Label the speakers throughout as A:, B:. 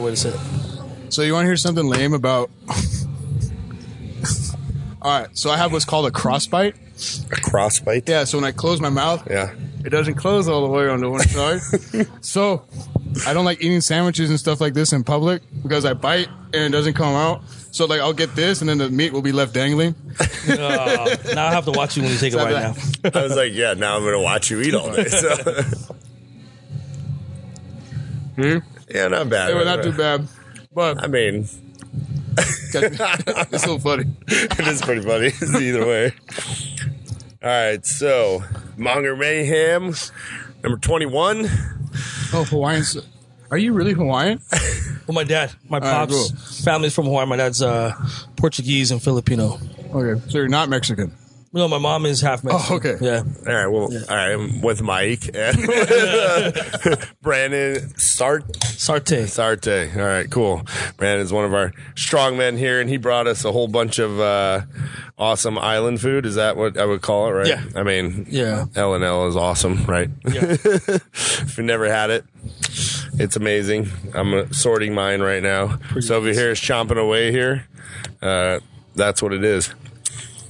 A: notice it.
B: So you want to hear something lame about? All right. So I have what's called a crossbite.
C: A crossbite.
B: Yeah. So when I close my mouth,
C: Yeah.
B: it doesn't close all the way onto one side. so I don't like eating sandwiches and stuff like this in public because I bite and it doesn't come out. So like I'll get this and then the meat will be left dangling.
A: Oh, Now I have to watch you when you take it
B: Stop
A: right now.
B: that.
C: I was like, yeah, now I'm gonna watch you eat all day. So. Yeah, not bad.
B: Hmm? They were not too bad, but
C: I mean,
B: it's so funny.
C: it is pretty funny either way. All right, so Monger Mayhem, number twenty-one.
B: Oh, Hawaiian. s- Are you really Hawaiian?
A: Well, my dad, my
B: right,
A: pops, family's from Hawaii. My dad's uh, Portuguese and Filipino.
B: Okay, so you're not Mexican.
A: No, my mom is half Mexican.
B: Oh, okay.
A: Yeah.
C: All right, well, all right, I'm with Mike and uh, Brandon Sart.
A: Sarte.
C: Sarte. All right, cool. Brandon is one of our strong men here, and he brought us a whole bunch of uh, awesome island food. Is that what I would call it, right?
A: Yeah.
C: I mean,
A: Yeah.
C: L and L is awesome, right?
A: Yeah.
C: if you never had it, it's amazing. I'm uh, sorting mine right now. so over here is chomping away here. Uh, that's what it is.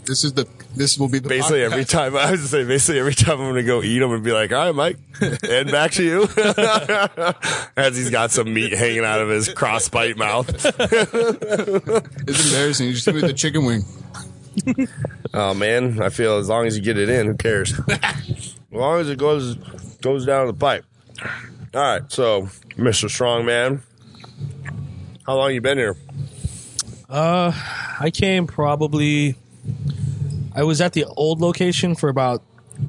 B: This is the. This will be the
C: Basically, every time I was gonna say, basically every time I'm gonna go eat, I'm gonna be like, "All right, Mike, and back to you." As he's got some meat hanging out of his crossbite mouth.
B: It's embarrassing. You just hit me with the chicken wing.
C: Oh man, I feel as long as you get it in, who cares? as long as it goes goes down the pipe. All right, so Mr. Strongman, how long you been here?
A: I came probably, I was at the old location for about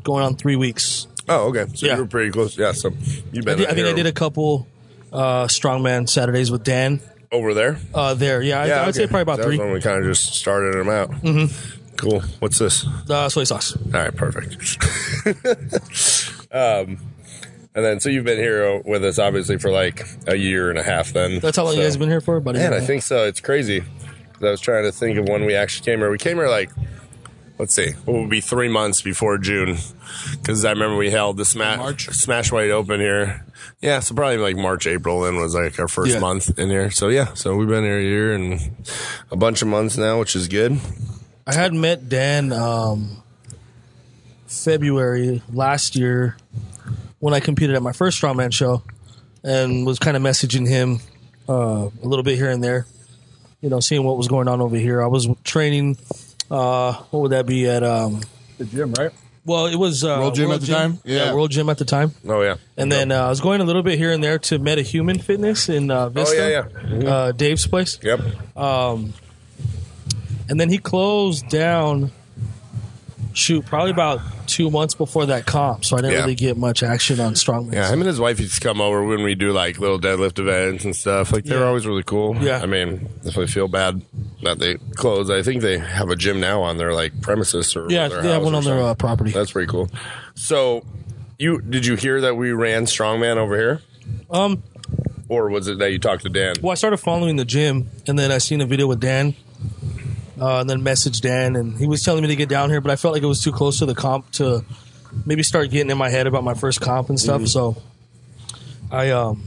A: going on three weeks.
C: Oh, okay, so
A: Yeah.
C: you were pretty close. Yeah, so you've been.
A: I, thi- I think
C: here
A: I did a couple uh, strongman Saturdays with Dan
C: over there.
A: uh, there. Yeah, I, I would say
C: okay.
A: probably about
C: That was
A: three.
C: when we kind of just started them out. Mm-hmm. Cool. What's this? All
A: Uh, soy sauce.
C: right, perfect. um, and then so you've been here uh, with us obviously for like a year and a half. Then
A: That's how long you guys
C: So-
A: have been here for? About a year
C: Man, I
A: and a
C: think so. It's crazy. 'Cause I was trying to think of when we actually came here. We came here like, let's see, it would be three months before June, because I remember we held the smash
B: March?
C: Smash White Open here. Yeah, so probably like March, April, then was like our first
A: Yeah.
C: month in here. So yeah, so we've been here a year and a bunch of months now, which is good.
A: I had met Dan um, February last year when I competed at my first strongman show, and was kind of messaging him uh, a little bit here and there, you know, seeing what was going on over here. I was training. Uh, what would that be at? Um,
B: The gym, right?
A: well, it was uh,
B: World Gym at the time?
A: Yeah.
B: Yeah.
A: World Gym at the time.
C: Oh yeah,
A: And then uh, I was going a little bit here and there to MetaHuman Fitness in
B: Oh,
A: uh, Vista,
C: yeah, yeah. Mhm.
A: Uh, Dave's place.
C: yep,
A: and then he closed down shoot probably about two months before that comp so i didn't
C: Yeah.
A: really get much action on strongman
C: yeah. Him and his wife used to come over when we do like little deadlift events and stuff. Like they're
A: Yeah.
C: always really cool.
A: Yeah.
C: I mean, if I feel bad that they closed, I think they have a gym now on their like premises or
A: yeah
C: their
A: they have
C: house
A: one
C: or
A: on their
C: something.
A: uh, property
C: That's pretty cool. So, you did you hear that we ran strongman over here,
A: um
C: or was it that you talked to Dan?
A: well i started following the gym and then i seen a video with dan uh, and then messaged dan and he was telling me to get down here but i felt like it was too close to the comp to maybe start getting in my head about my first comp and stuff so i um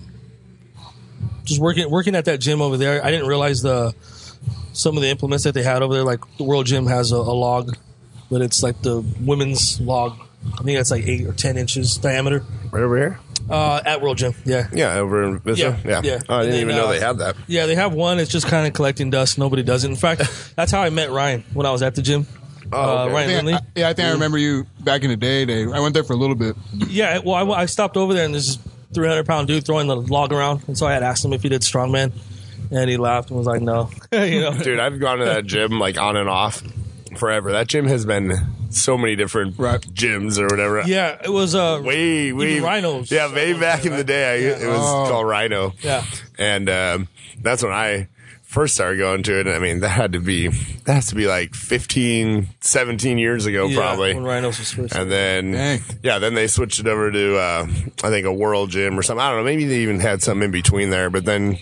A: just working working at that gym over there i didn't realize the some of the implements that they had over there like the world gym has a, a log but it's like the women's log i think that's like eight or ten inches diameter
C: Right over here.
A: uh, at world gym yeah
C: Yeah, over in Vista. Yeah,
A: Yeah, yeah.
C: Oh, I didn't
A: And then,
C: even know
A: uh,
C: they had that.
A: yeah, they have one. It's just kind of collecting dust. Nobody does it. In fact, that's how I met Ryan when I was at the gym.
C: Oh,
A: Uh,
C: okay.
A: Ryan
B: I think
A: Lindley.
B: I, yeah, I think I remember you back in the day. Dave. I went there for a little bit.
A: yeah, well, I, I stopped over there and there's this 300 pound dude throwing the log around. And so I had asked him if he did strongman. And he laughed and was like, no. you know?
C: Dude, I've gone to that gym like on and off forever. That gym has been so many different
B: Right.
C: gyms or whatever.
A: Yeah, it was. Uh,
C: Way, way
A: Rhinos.
C: Yeah, way back in the day, I, it was
B: Oh.
C: called Rhino.
A: Yeah.
C: and um, that's when I first started going to it. And I mean, that had to be that has to be like 15, 17 years ago,
A: yeah,
C: probably.
A: When Rhinos was first.
C: And then,
B: Dang.
C: yeah, then they switched it over to, uh, I think, a World Gym or something. I don't know. Maybe they even had some in between there. But then,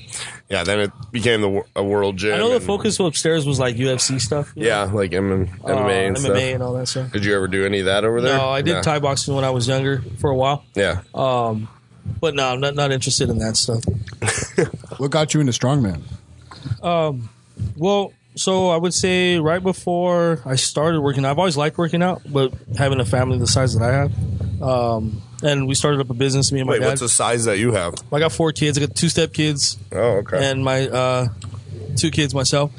C: yeah, then it became the wor- a World Gym.
A: I know the
C: and-
A: focus upstairs was like UFC stuff. you
C: Yeah, like M-
A: know, uh,
C: MMA and stuff.
A: MMA and all that stuff.
C: Did you ever do any of that over there?
A: No, I did Oh,
C: No.
A: Thai boxing when I was younger for a while.
C: Yeah.
A: But no, I'm not, not interested in that stuff.
B: What got you into strongman?
A: Well, so I would say right before I started working, I've always liked working out, but having a family the size that I have, um, and we started up a business. Me and my
C: Wait,
A: dad.
C: what's the size that you have?
A: I got four kids. I got two step kids
D: Oh, okay.
A: and my uh, two kids myself.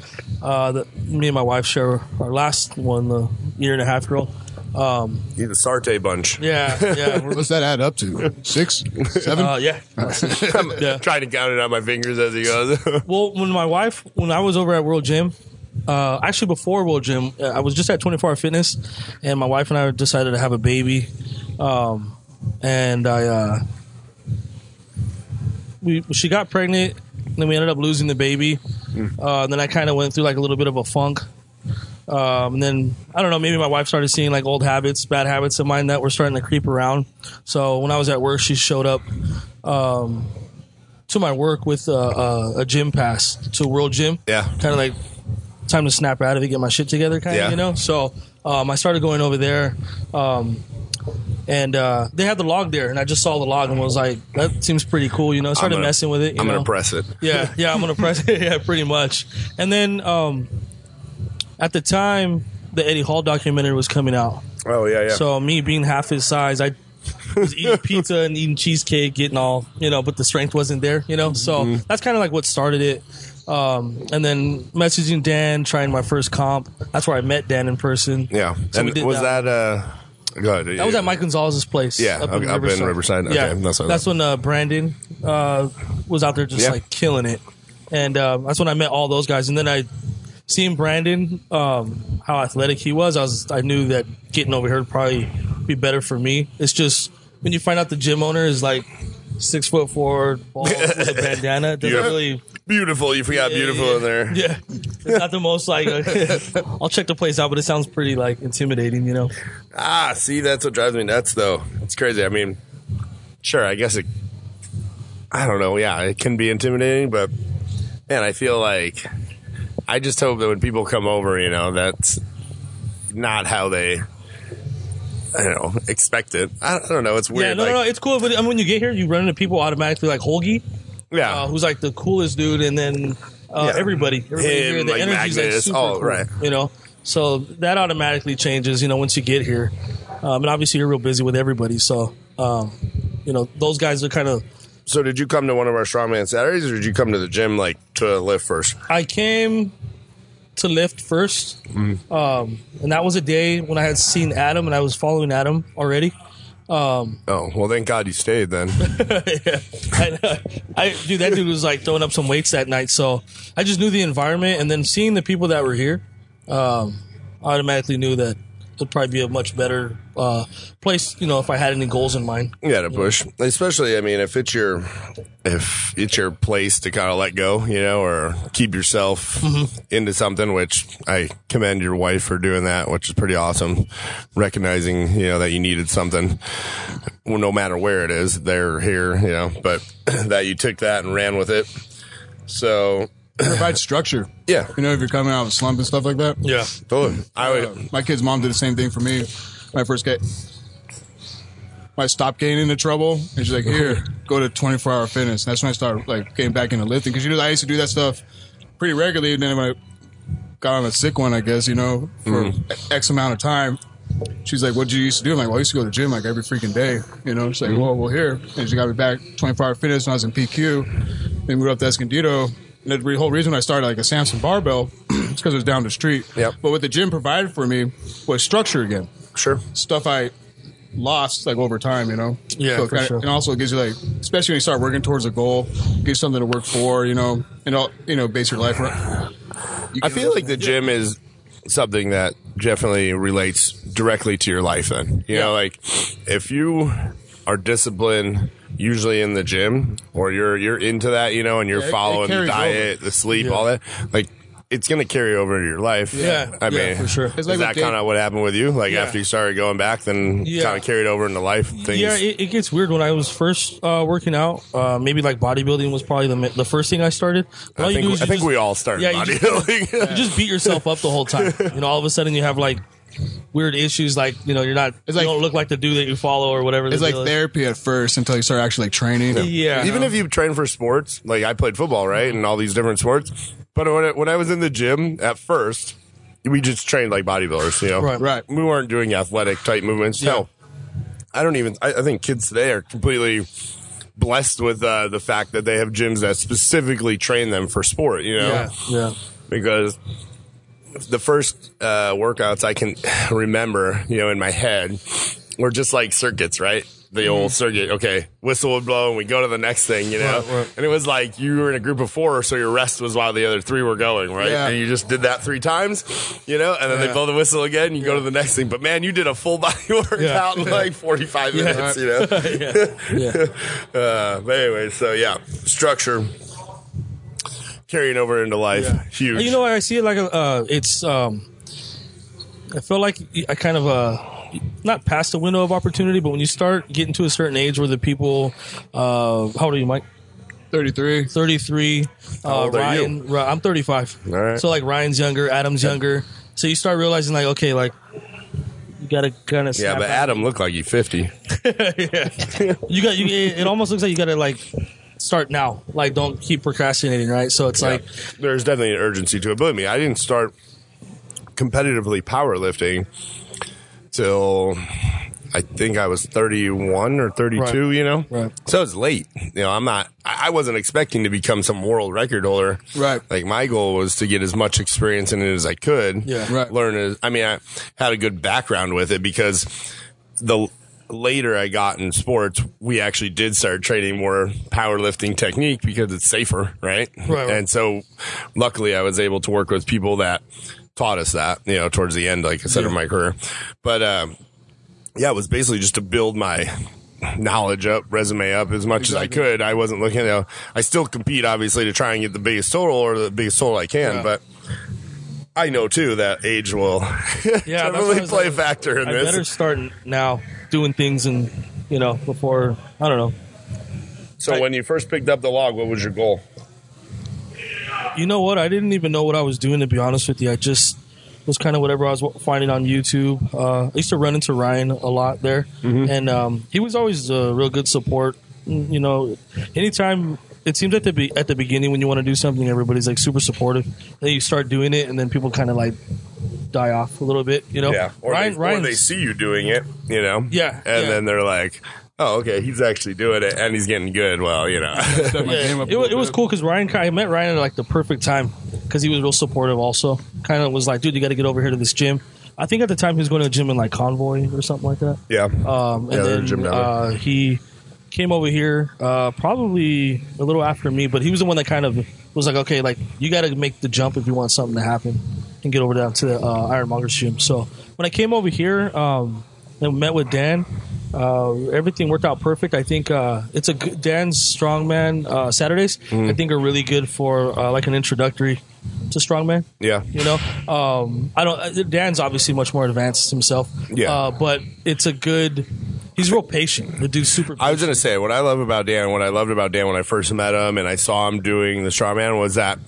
A: Uh, the, me and my wife share our last one, the year and a half girl. Um,
C: You the Sarte bunch.
A: yeah, yeah, we're-
B: What's that add up to? Six, seven?
A: uh, yeah.
C: I'm
A: Yeah.
C: trying to count it on my fingers as he goes.
A: Well, when my wife, when I was over at World Gym, uh, actually before World Gym, uh, I was just at 24 Hour Fitness, and my wife and I decided to have a baby, um, and I, uh, we she got pregnant, and then we ended up losing the baby, uh, and then I kind of went through like a little bit of a funk. Um, and then I don't know. Maybe my wife started seeing like old habits, bad habits of mine that were starting to creep around. So when I was at work, she showed up um, to my work with a, a, a gym pass to World Gym.
C: Yeah.
A: Kind of like time to snap out of it, get my shit together, kind of,
C: Yeah.
A: you know? So um, I started going over there. Um, and uh, they had the log there, and I just saw the log and was like, that seems pretty cool, you know? Started
C: gonna-
A: messing with it. You
C: I'm
A: know?
C: gonna press it.
A: Yeah, yeah, I'm gonna press it. Yeah, pretty much. And then um, at the time, the Eddie Hall documentary was coming out.
D: Oh, yeah, yeah.
A: So me being half his size, I was eating pizza and eating cheesecake, getting all you know, but the strength wasn't there, you know. So that's kind of like what started it. Um, and then messaging Dan, trying my first comp. That's where I met Dan in person.
C: Yeah.
A: So we
C: and
A: did
C: was
A: that.
C: that, uh go ahead.
A: That was at Mike Gonzalez's place.
C: Yeah, up- up in Riverside. Okay,
A: yeah,
C: that's
A: that's,
C: what I
A: when uh, Brandon uh, was out there just
C: Yeah.
A: like killing it, and um, that's when I met all those guys. And then I, seeing Brandon, um, how athletic he was, I was I knew that getting over here would probably be better for me. It's just when you find out the gym owner is like six foot four, bald with a bandana, it doesn't
C: Yeah.
A: really.
C: Beautiful, you forgot beautiful in there.
A: Yeah, it's not the most like. I'll check the place out, but it sounds pretty like intimidating, you know.
C: Ah, see, that's what drives me nuts, though. It's crazy. I mean, sure, I guess it. I don't know. Yeah, it can be intimidating, but man, I feel like I just hope that when people come over, you know, that's not how they. I don't know. Expect it. I I don't know. It's weird.
A: yeah, no, no,
C: like,
A: it's cool. But I mean, when you get here, you run into people automatically like Holgi.
C: yeah.
A: uh, who's like the coolest dude, and then uh,
C: Yeah.
A: everybody, everybody
C: Him,
A: here, the
C: like
A: energy's like
C: Magnus,
A: super
C: all
A: cool,
C: right.
A: you know. So that automatically changes, you know, once you get here, um, and obviously you're real busy with everybody. So, um, you know, those guys are kind of.
C: so, did you come to one of our strongman Saturdays, or did you come to the gym like to lift first?
A: I came to lift first,
C: Mm.
A: um, and that was a day when I had seen Adam, and I was following Adam already.
C: Oh, well, thank God you stayed then.
A: I, uh, I dude, that dude was like throwing up some weights that night. So I just knew the environment, and then seeing the people that were here, um, I automatically knew that it'd probably be a much better uh, place. You know, if I had any goals in mind.
C: Yeah, to push, especially I mean, if it's your if it's your place to kind of let go, you know, or keep yourself into something. Which I commend your wife for doing that, which is pretty awesome. Recognizing you know that you needed something, well, no matter where it is, they're here, you know. But that you took that and ran with it. So
B: Provide structure.
C: yeah,
B: You know, if you're coming out of a slump and stuff like that.
A: Yeah,
C: totally. I
B: Uh,
C: would.
B: my kid's mom did the same thing for me. When I first get, when I stopped getting into trouble, and she's like,
A: Uh-huh.
B: "Here, go to 24 hour fitness." And that's when I started like getting back into lifting because you know I used to do that stuff pretty regularly. And then when I got on a sick one, I guess you know for X amount of time. She's like, "What did you used to do?" I'm like, "Well, I used to go to the gym like every freaking day." You know, she's like, "Well, well, here." And she got me back 24 hour fitness when I was in PQ. Then moved up to Escondido. And the whole reason I started like a Samson barbell is because it was down the street.
C: Yep.
B: But what the gym provided for me was structure again
C: Sure.
B: stuff I lost like over time, you know.
A: Yeah,
B: so it
A: for
B: kinda-
A: sure.
B: And also, it gives you like, especially when you start working towards a goal, gives you something to work for, you know, and all, you know, base your life. around. You
C: I
B: can-
C: feel like the gym is something that definitely relates directly to your life then. You know, like if you are disciplined usually in the gym or you're you're into that, you know, and you're
B: Yeah, it- it
C: following the
B: carries
C: diet, the sleep,
A: Yeah.
C: all that, like it's gonna carry over to your life.
A: Yeah.
C: I mean
A: Yeah, for sure. It's
C: Is
B: like
C: that
B: with Dave-
C: kinda what happened with you? Like
A: Yeah.
C: after you started going back then
A: Yeah.
C: kinda carried over into life things.
A: yeah. It, it gets weird when I was first uh, working out. Uh, maybe like bodybuilding was probably the, the first thing I started. All
C: I
A: you
C: think,
A: do
C: I
A: is you
C: think
A: just-
C: we all started
A: Yeah, you just-
C: bodybuilding.
A: you just beat yourself up the whole time. You know, all of a sudden you have like weird issues like you know you're not
B: It's like-
A: you don't look like the dude that you follow or whatever.
B: It's
A: the
B: like
A: deal is.
B: therapy at first until you start actually like training.
A: Yeah.
C: Even
A: No.
C: if you train for sports, like I played football, right, and all these different sports. But when I, when I was in the gym at first, we just trained like bodybuilders, you know.
A: Right.
B: Right.
C: We weren't doing athletic type movements. Hell, I don't even. I, I think kids today are completely blessed with uh, the fact that they have gyms that specifically train them for sport. You know,
A: yeah, yeah,
C: because the first uh, workouts I can remember, you know, in my head were just like circuits, right?
A: Mm-hmm.
C: The old circuit. Okay, whistle would blow, and we go to the next thing, you know.
A: Right, right.
C: And it was like you were in a group of four, so your rest was while the other three were going, right?
B: Yeah.
C: And you just did that three times, you know, and then they
A: Yeah.
C: blow the whistle again, and you go to the next thing. But man, you did a full body workout in like forty five minutes, you know.
A: yeah.
C: Uh, but anyway, so yeah, structure carrying over into life, huge.
A: You know, I see it like a, uh, it's. Um, I feel like I kind of uh, not past the window of opportunity, but when you start getting to a certain age where the people, uh, how old are you, Mike?
B: 33.
A: 33. Uh,
C: old are you?
A: Ryan, Ri- I'm 35.
C: All right.
A: So like Ryan's younger, Adam's younger. So you start realizing like, okay, like you gotta kind of
C: Yeah, but Adam looked like he's 50.
A: you got you. It, it almost looks like you gotta like start now. Like don't keep procrastinating, right? So it's like
C: There's definitely an urgency to it. Believe me, I didn't start competitively powerlifting till I think I was 31 or 32, you know?
A: Right.
C: So it's late. You know, I'm not, I I wasn't expecting to become some world record holder.
B: Right.
C: Like my goal was to get as much experience in it as I could.
A: Yeah.
B: Right.
C: Learn as, I mean, I had a good background with it because the later I got in sports, we actually did start training more powerlifting technique because it's safer, right?
A: right.
C: And so luckily I was able to work with people that taught us that, you know, towards the end, like I said, of my career. But, um, yeah, it was basically just to build my knowledge up, resume up as much as I could. I wasn't looking, you know, I still compete obviously to try and get the biggest total or the biggest total I can,
A: Yeah.
C: but I know too that age will
A: yeah, that's what I
C: definitely
A: was
C: play a
A: like,
C: factor in
A: I
C: this.
A: better start now doing things and you know before I don't know.
C: so when you first picked up the log, what was your goal?
A: You know what? I didn't even know what I was doing to be honest with you. I just was kind of whatever I was finding on YouTube. Uh, I used to run into Ryan a lot there,
C: Mm-hmm.
A: and um, he was always a real good support. Mm, You know, anytime it seems at the be- at the beginning when you want to do something, everybody's like super supportive. Then you start doing it, and then people kind of like die off a little bit. You know,
C: Yeah. Or,
A: Oh, Ryan,
C: they, or
A: Ryan's-
C: they see you doing it, you know?
A: Yeah,
C: And
A: yeah.
C: then they're like, oh, okay, he's actually doing it and he's getting good. Well, you know.
B: Step my game up a
A: it, wa-
B: little
A: it was
B: bit.
A: cool because Ryan, ki- I met Ryan at like the perfect time because he was real supportive. Also, kind of was like, dude, you got to get over here to this gym. I think at the time he was going to a gym in like Convoy or something like that.
C: yeah.
A: Um,
C: Yeah,
A: and
C: they're a gym
A: then
C: down there.
A: uh, he came over here uh, probably a little after me, but he was the one that kind of was like, okay, like you got to make the jump if you want something to happen and get over down to the uh, Ironmonger's gym. So when I came over here um, and met with Dan, uh, everything worked out perfect. I think uh, it's a good, Dan's strongman uh, Saturdays.
C: Mm-hmm.
A: I think are really good for uh, like an introductory to strongman.
C: yeah.
A: You know, um, I don't. uh, Dan's obviously much more advanced himself.
C: Yeah.
A: uh, but it's a good. He's real patient. The dude's super.
C: I was gonna say what I love about Dan, what I loved about Dan when I first met him and I saw him doing the strongman was that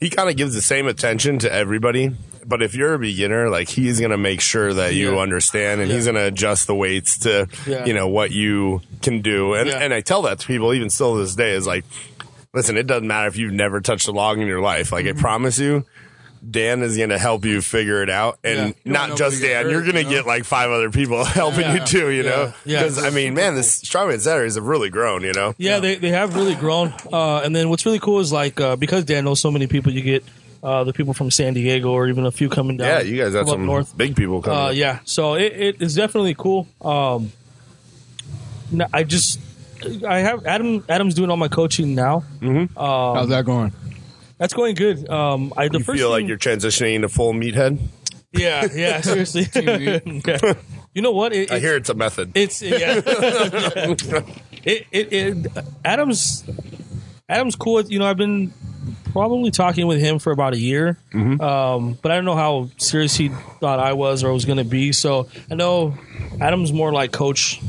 C: he kind of gives the same attention to everybody. But if you're a beginner, like he's gonna make sure that you
A: Yeah.
C: understand and he's
A: Yeah.
C: gonna adjust the weights to
A: Yeah.
C: you know what you can do. And
A: Yeah.
C: and I tell that to people even still to this day is like, listen, it doesn't matter if you've never touched a log in your life. Like
A: Mm-hmm.
C: I promise you. Dan is going to help you figure it out,
A: Yeah.
C: and
B: don't know
A: You
C: not
B: if
C: just
B: you get
C: Dan.
B: hurt,
C: you're going to
B: you know?
C: get like five other people helping
A: Yeah.
C: you too. You know,
A: Yeah.
C: because I mean, man, this strawberry Saturdays have really grown. You know,
A: yeah, they they have really grown. Uh, and then what's really cool is like uh, because Dan knows so many people, you get uh, the people from San Diego or even a few coming down.
C: yeah, you guys have
A: from up
C: some
A: north.
C: big people coming.
A: Uh, yeah, so it, it is definitely cool. Um, no, I just I have Adam. Adam's doing all my coaching now.
B: How's that going?
A: That's going good. Um, I the
C: you
A: first
C: feel like
A: thing-
C: you're transitioning into full meathead.
A: Yeah, yeah, seriously. yeah. You know what? It,
C: I
A: it-
C: hear it's a method.
A: it's yeah. it, it, it Adams Adams cool. You know, I've been probably talking with him for about a year,
C: Mm-hmm.
A: um, but I don't know how serious he thought I was or was going to be. So I know Adam's more like coach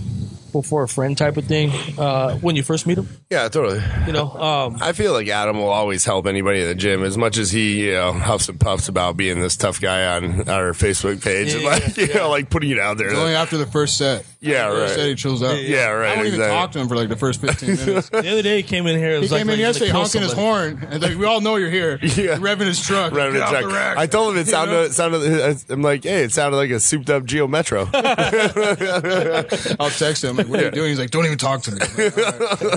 A: before a friend type of thing uh, when you first meet him.
C: Yeah, totally.
A: You know, um,
C: I feel like Adam will always help anybody in the gym as much as he, you know, huffs and puffs about being this tough guy on our Facebook page and
A: Yeah,
C: like, you know, like putting it out there.
B: It's only after the first set.
C: Yeah,
B: First set, he
C: right.
B: chills out.
C: Yeah, right,
B: I don't even
C: exactly.
B: talk to him for like the first 15 minutes.
A: the other day he came in here. It
B: He
A: was like,
B: came in
A: like, he's
B: yesterday
A: gonna kill
B: honking his
A: somebody.
B: horn. And like, we all know you're here.
C: Yeah.
B: Revving his truck.
C: Right,
B: Get off the
C: exactly.
B: rack.
C: I told him it
B: You
C: sounded,
B: know?
C: it sounded, I'm like, hey, it sounded like a souped up Geo Metro.
B: I'll text him. Like, what are you doing? He's like, don't even talk to me. I'm like, "All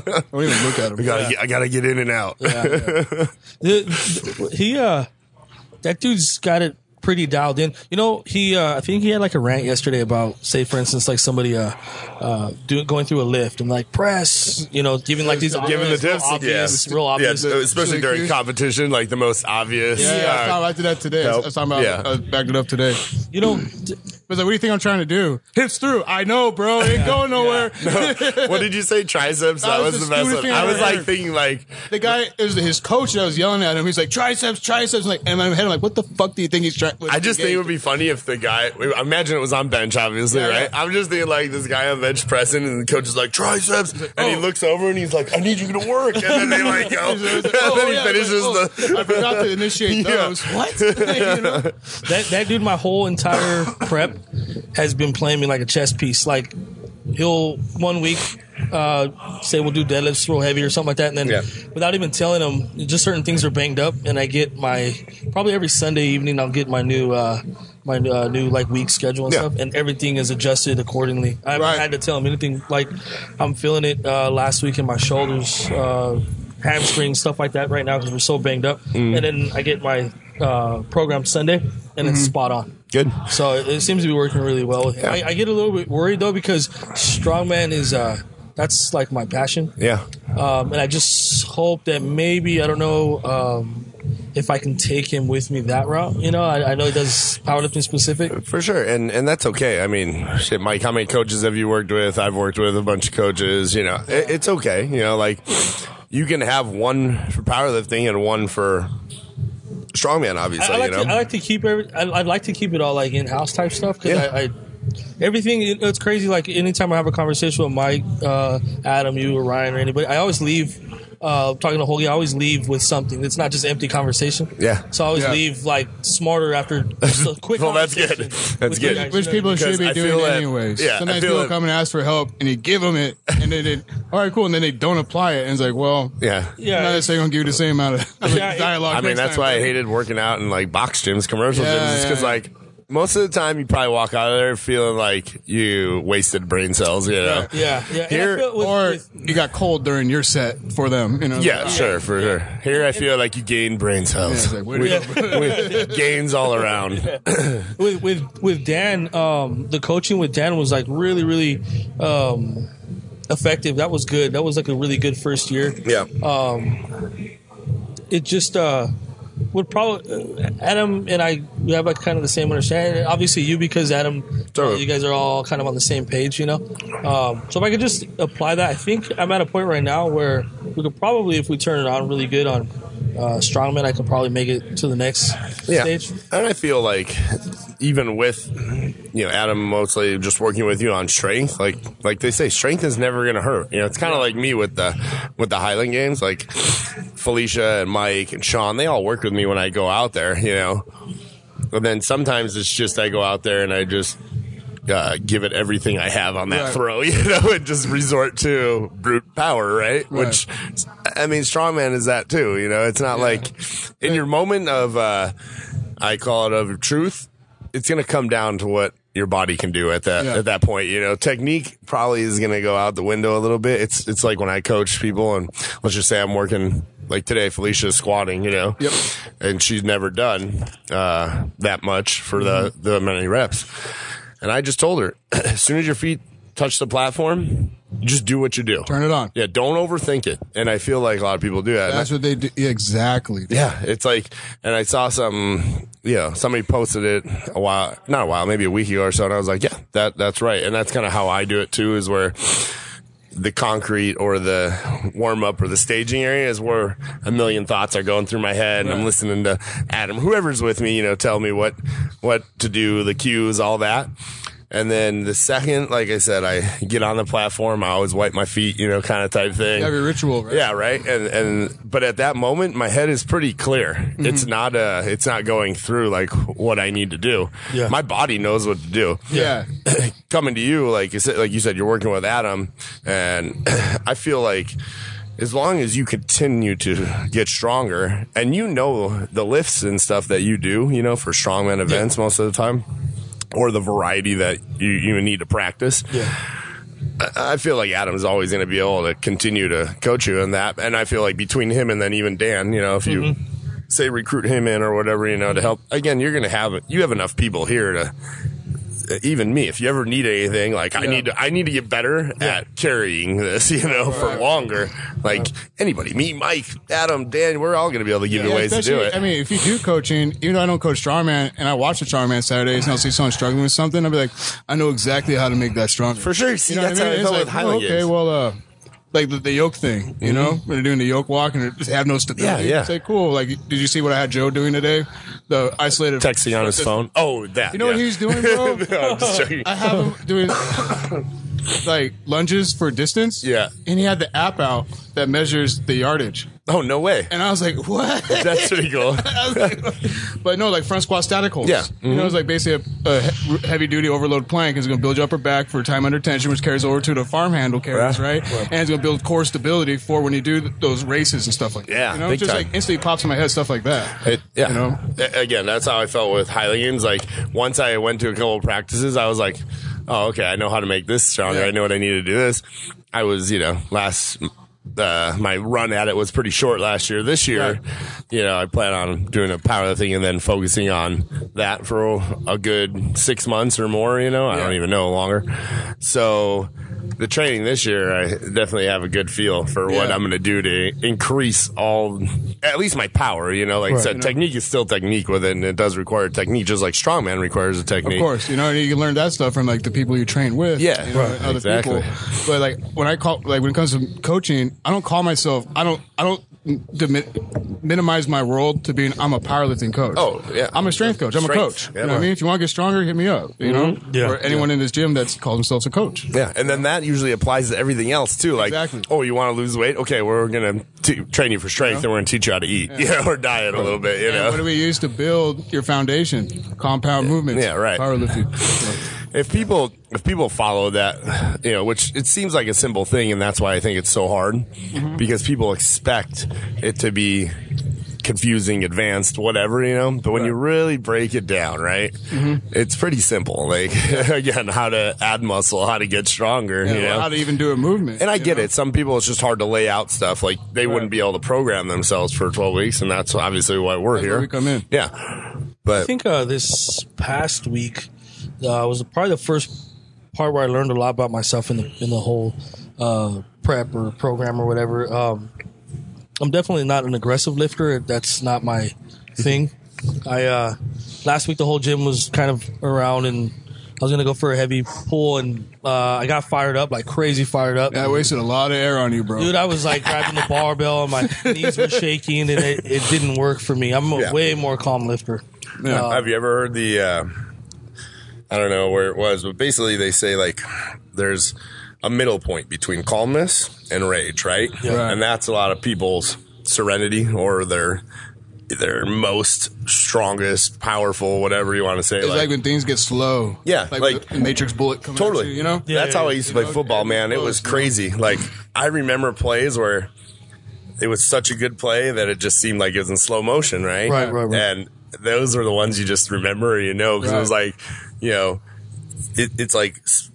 B: right." Don't even look at
C: I
B: him.
C: gotta, get, I gotta get in and out.
A: The- the- he uh that dude's got it pretty dialed in you know he uh i think he had like a rant yesterday about say for instance like somebody uh uh doing going through a lift and like press you know giving like these
B: Giving the
A: real
B: tips,
A: obvious,
C: yeah.
A: real
C: Yeah,
A: obvious
C: especially
B: the
C: during
B: cues.
C: competition, like the most obvious.
B: Yeah, I was
C: uh,
B: talking about that today. I was- I was talking about,
C: Yeah.
B: I was backing uh, it up today.
A: you know
B: I was like, what do you think I'm trying to do? Hits through. I know, bro. It ain't going nowhere.
C: what did you say? Triceps? That,
B: That was
C: was,
B: the
C: the best
B: stupidest
C: one.
B: thing I
C: I was
B: ever
C: like
B: heard.
C: thinking like,
B: The guy, it was his coach that was yelling at him. He's like, triceps, triceps. like, and in my head, I'm like, what the fuck do you think he's trying?
C: I just think it would be funny if the guy. I Imagine it was on bench, obviously,
B: Yeah,
C: right?
B: yeah.
C: I'm just thinking like this guy on bench pressing, and the coach is like triceps, and he
B: oh.
C: looks over and he's like, "I need you to work," and then they like go,
B: He's like,
C: and
B: oh,
C: then he
B: yeah. He's
C: finishes
B: like,
C: the.
B: oh, I forgot to initiate
C: Yeah.
B: those. What? You know?
A: that that dude my whole entire prep has been playing me like a chess piece like he'll one week uh, say we'll do deadlifts real heavy or something like that and then
D: Yeah.
A: without even telling him just certain things are banged up and i get my probably every sunday evening i'll get my new uh, my uh, new like week schedule and
C: Yeah.
A: stuff and everything is adjusted accordingly i haven't
B: Right.
A: had to tell him anything like i'm feeling it uh, last week in my shoulders uh, hamstring stuff like that right now because we're so banged up and then i get my uh, program sunday and it's spot on
C: Good.
A: so it, it seems to be working really well. with him. I, I get a little bit worried though because strongman is uh, that's like my passion,
C: Yeah.
A: um, and I just hope that maybe I don't know um, if I can take him with me that route. You know, I, I know he does powerlifting specific.
C: For sure, and and that's okay. I mean, shit, Mike, how many coaches have you worked with? I've worked with a bunch of coaches. You know, it, it's okay. You know, like you can have one for powerlifting and one for strongman.
A: I,
C: Obviously,
A: I like
C: you know,
A: to, I like to keep every, I, I'd like to keep it all like in house type stuff because
C: Yeah.
A: I. I Everything it- it's crazy. Like anytime I have a conversation with Mike, uh, Adam, you, or Ryan, or anybody, I always leave uh, talking to Holgi. I always leave with something. It's not just empty conversation.
C: Yeah.
A: So I always
B: Yeah.
A: leave like smarter after just a quick.
C: Well, that's
A: conversation
C: good. That's
A: with you
C: good.
A: guys,
B: Which
A: you know what
B: people
A: I
C: Because
A: mean?
B: should
C: I
B: be
C: feel
B: doing
C: that-
B: it anyways.
C: yeah, I
B: Sometimes
C: feel
B: people
C: that-
B: come and ask for help, and you give them it, and then they, all right, cool, and then they don't apply it, and it's like, well,
C: yeah,
A: Yeah.
B: I'm not necessarily gonna give you the same amount of like,
A: Yeah, it-
B: dialogue.
C: I mean,
B: next
C: that's
B: time.
C: why I hated working out in like box gyms, commercial
B: Yeah,
C: gyms,
B: yeah,
C: because
B: yeah.
C: like most of the time you probably walk out of there feeling like you wasted brain cells, you know?
A: Yeah, yeah. And I
C: Here-
A: feel with-
B: Or
A: with-
B: you got cold during your set for them, you know?
C: Yeah, sure, for sure. Here I feel like you gain brain cells.
B: it's like, where do
C: We-
A: you-
C: we- gains all around.
A: with with with Dan, um, the coaching with Dan was like really really um, effective. That was good. That was like a really good first year.
D: Yeah.
A: It just uh, would probably uh, Adam and I we have like kind of the same understanding. And Obviously, you because Adam,
C: Totally.
A: you guys are all kind of on the same page, you know. Um, so if I could just apply that, I think I'm at a point right now where we could probably, if we turn it on really good on uh, strongman, I could probably make it to the next stage.
C: And I feel like even with you know Adam mostly just working with you on strength, like like they say, strength is never gonna hurt. You know, it's kind of like me with the with the Highland games, like Felicia and Mike and Sean. They all work with me when I go out there. You know, and then sometimes it's just I go out there and I just. Uh, give it everything I have on that
B: Right.
C: throw, you know, and just resort to brute power, right? Which, I mean, strongman is that too, you know. It's not like in your moment of uh, I call it of truth. It's going to come down to what your body can do at that
B: Yeah.
C: at that point. You know, technique probably is going to go out the window a little bit. It's it's like when I coach people, and let's just say I'm working like today. Felicia's squatting, you know,
B: Yep.
C: and she's never done uh, that much for the
B: Mm-hmm.
C: the many reps. And I just told her, as soon as your feet touch the platform, just do what you do.
B: Turn it on.
C: Yeah, don't overthink it. And I feel like a lot of people do that. And I-
B: That's what they do. Yeah, exactly.
C: yeah, it's like, and I saw something. You know, somebody posted it a while, not a while, maybe a week ago or so, and I was like, yeah, that that's right, and that's kind of how I do it too. Is where the concrete or the warm up or the staging area is where a million thoughts are going through my head, and I'm listening to Adam, whoever's with me, you know, tell me what what to do, the cues, all that. And then the second, like I said, I get on the platform, I always wipe my feet, you know, kind of type thing.
B: Every ritual, right?
C: Yeah, right. And and but at that moment, my head is pretty clear.
A: Mm-hmm.
C: It's not uh, it's not going through like what I need to do.
A: Yeah.
C: my body knows what to do.
B: Yeah.
C: Coming to you, like you said, like you said, you're working with Adam, and I feel like. As long as you continue to get stronger and you know the lifts and stuff that you do, you know, for strongman events most of the time or the variety that you, you need to practice,
A: Yeah.
C: I feel like Adam's always going to be able to continue to coach you in that. And I feel like between him and then even Dan, you know, if you
B: Mm-hmm.
C: say recruit him in or whatever, you know, to help, again, you're going to have, you have enough people here to, even me, if you ever need anything, like I need to, I need to get better at carrying this, you know, for longer. Like anybody, me, Mike, Adam, Dan, we're all going to be able to give you
B: Yeah,
C: ways to do
B: especially-
C: it.
B: I mean, if you do coaching, even though I don't coach strongman, and I watch the strongman Saturdays, and I'll see someone struggling with something, I'll be like, I know exactly how to make that stronger.
C: For sure. See, that's how I felt
B: It's
C: with
B: like,
C: Highland
B: oh, okay,
C: Games.
B: well, uh, like the, the yoke thing, you know, when they're doing the yoke walk and they just have no stability.
C: Yeah, yeah.
B: It's like, cool. Like, did you see what I had Joe doing today? The isolated
C: Texting on his phone. Oh, that.
B: You know what
C: yeah.
B: he was doing, bro?
C: No, I'm just joking.
B: I have him doing like lunges for distance.
C: Yeah.
B: and he had the app out that measures the yardage,
C: Oh, no way.
B: and I was like, what?
C: That's pretty cool.
B: I was like, what? but no, like front squat static holds.
C: Yeah.
B: you know, it's like basically a, a he- heavy duty overload plank is going to build your upper back for time under tension, which carries over to the farm handle carries,
C: Yeah.
B: right? And it's going to build core stability for when you do th- those races and stuff like that.
C: Yeah,
B: you know,
C: big
B: just
C: time.
B: like instantly pops in my head stuff like that.
C: It, yeah.
B: You know?
C: A- Again, that's how I felt with Highland Games. Like once I went to a couple of practices, I was like, "Oh, okay, I know how to make this stronger.
B: Yeah.
C: I know what I need to do this." I was, you know, last uh, my run at it was pretty short last year. This year, you know, I plan on doing a powerlifting and then focusing on that for a good six months or more. You know, I don't even know longer. So. The training this year, I definitely have a good feel for what
B: Yeah.
C: I'm going to do to increase all, at least my power. You know, like I said, technique is still technique with it, and it does require technique, just like strongman requires a technique.
B: Of course, you know, and you can learn that stuff from like the people you train with.
C: Yeah,
B: you know,
C: right,
B: and other
C: exactly.
B: people. But like when I call, like when it comes to coaching, I don't call myself. I don't. I don't dimi- minimize my role to being. I'm a powerlifting coach.
C: Oh, yeah.
B: I'm a strength coach. I'm
C: Strength,
B: a coach.
C: yeah.
B: You know what I mean? If you want to get stronger, hit me up. You know,
A: Mm-hmm. Yeah.
B: or anyone in this gym that calls themselves a coach.
C: Yeah, and then that usually applies to everything else too. Like,
B: Exactly.
C: oh, you want to lose weight? Okay, we're going to train you for strength, and we're going to teach you how to eat, yeah, or diet a little bit. You
B: And
C: know,
B: What do we use to build your foundation? Compound movements.
C: Yeah, right.
B: Powerlifting.
C: if people if people follow that, you know, which it seems like a simple thing, and that's why I think it's so hard
B: Mm-hmm.
C: because people expect it to be confusing, advanced, whatever, you know. But when you really break it down, right,
B: Mm-hmm.
C: it's pretty simple. Like again, how to add muscle, how to get stronger,
B: Yeah,
C: you know,
B: How to even do a movement?
C: And I
B: you
C: get
B: know?
C: it. Some people, it's just hard to lay out stuff. Like they wouldn't be able to program themselves for 12 weeks, and that's obviously why we're
B: That's
C: here.
B: where we come in.
C: Yeah, but
A: I think uh, this past week uh, was probably the first part where I learned a lot about myself in the in the whole uh, prep or program or whatever. Um, I'm definitely not an aggressive lifter. That's not my thing. I uh, last week the whole gym was kind of around, and I was gonna go for a heavy pull, and uh, I got fired up like crazy, fired up.
B: I wasted a lot of air on you, bro.
A: Dude, I was like grabbing the barbell and my knees were shaking, and it, it didn't work for me. I'm a
C: Yeah.
A: way more calm lifter.
B: Yeah.
C: Have you ever heard the? Uh, I don't know where it was, but basically they say like there's a middle point between calmness and rage, right?
B: Right.
C: And that's a lot of people's serenity or their their most strongest, powerful, whatever you want to say.
B: It's like, when things get slow.
C: Yeah,
B: like,
C: like-
B: the Matrix Bullet coming.
C: Totally.
B: at you, you know.
A: Yeah,
C: That's
A: yeah,
C: how I
A: yeah.
C: used to play
B: know, Oh,
C: football, man. It
B: close,
C: was
B: you know?
C: crazy. Like, I remember plays where it was such a good play that it just seemed like it was in slow motion, right?
A: Right, right, right.
C: And those are the ones you just remember, you know, because it was
B: Right.
C: like, you know, it, it's like s-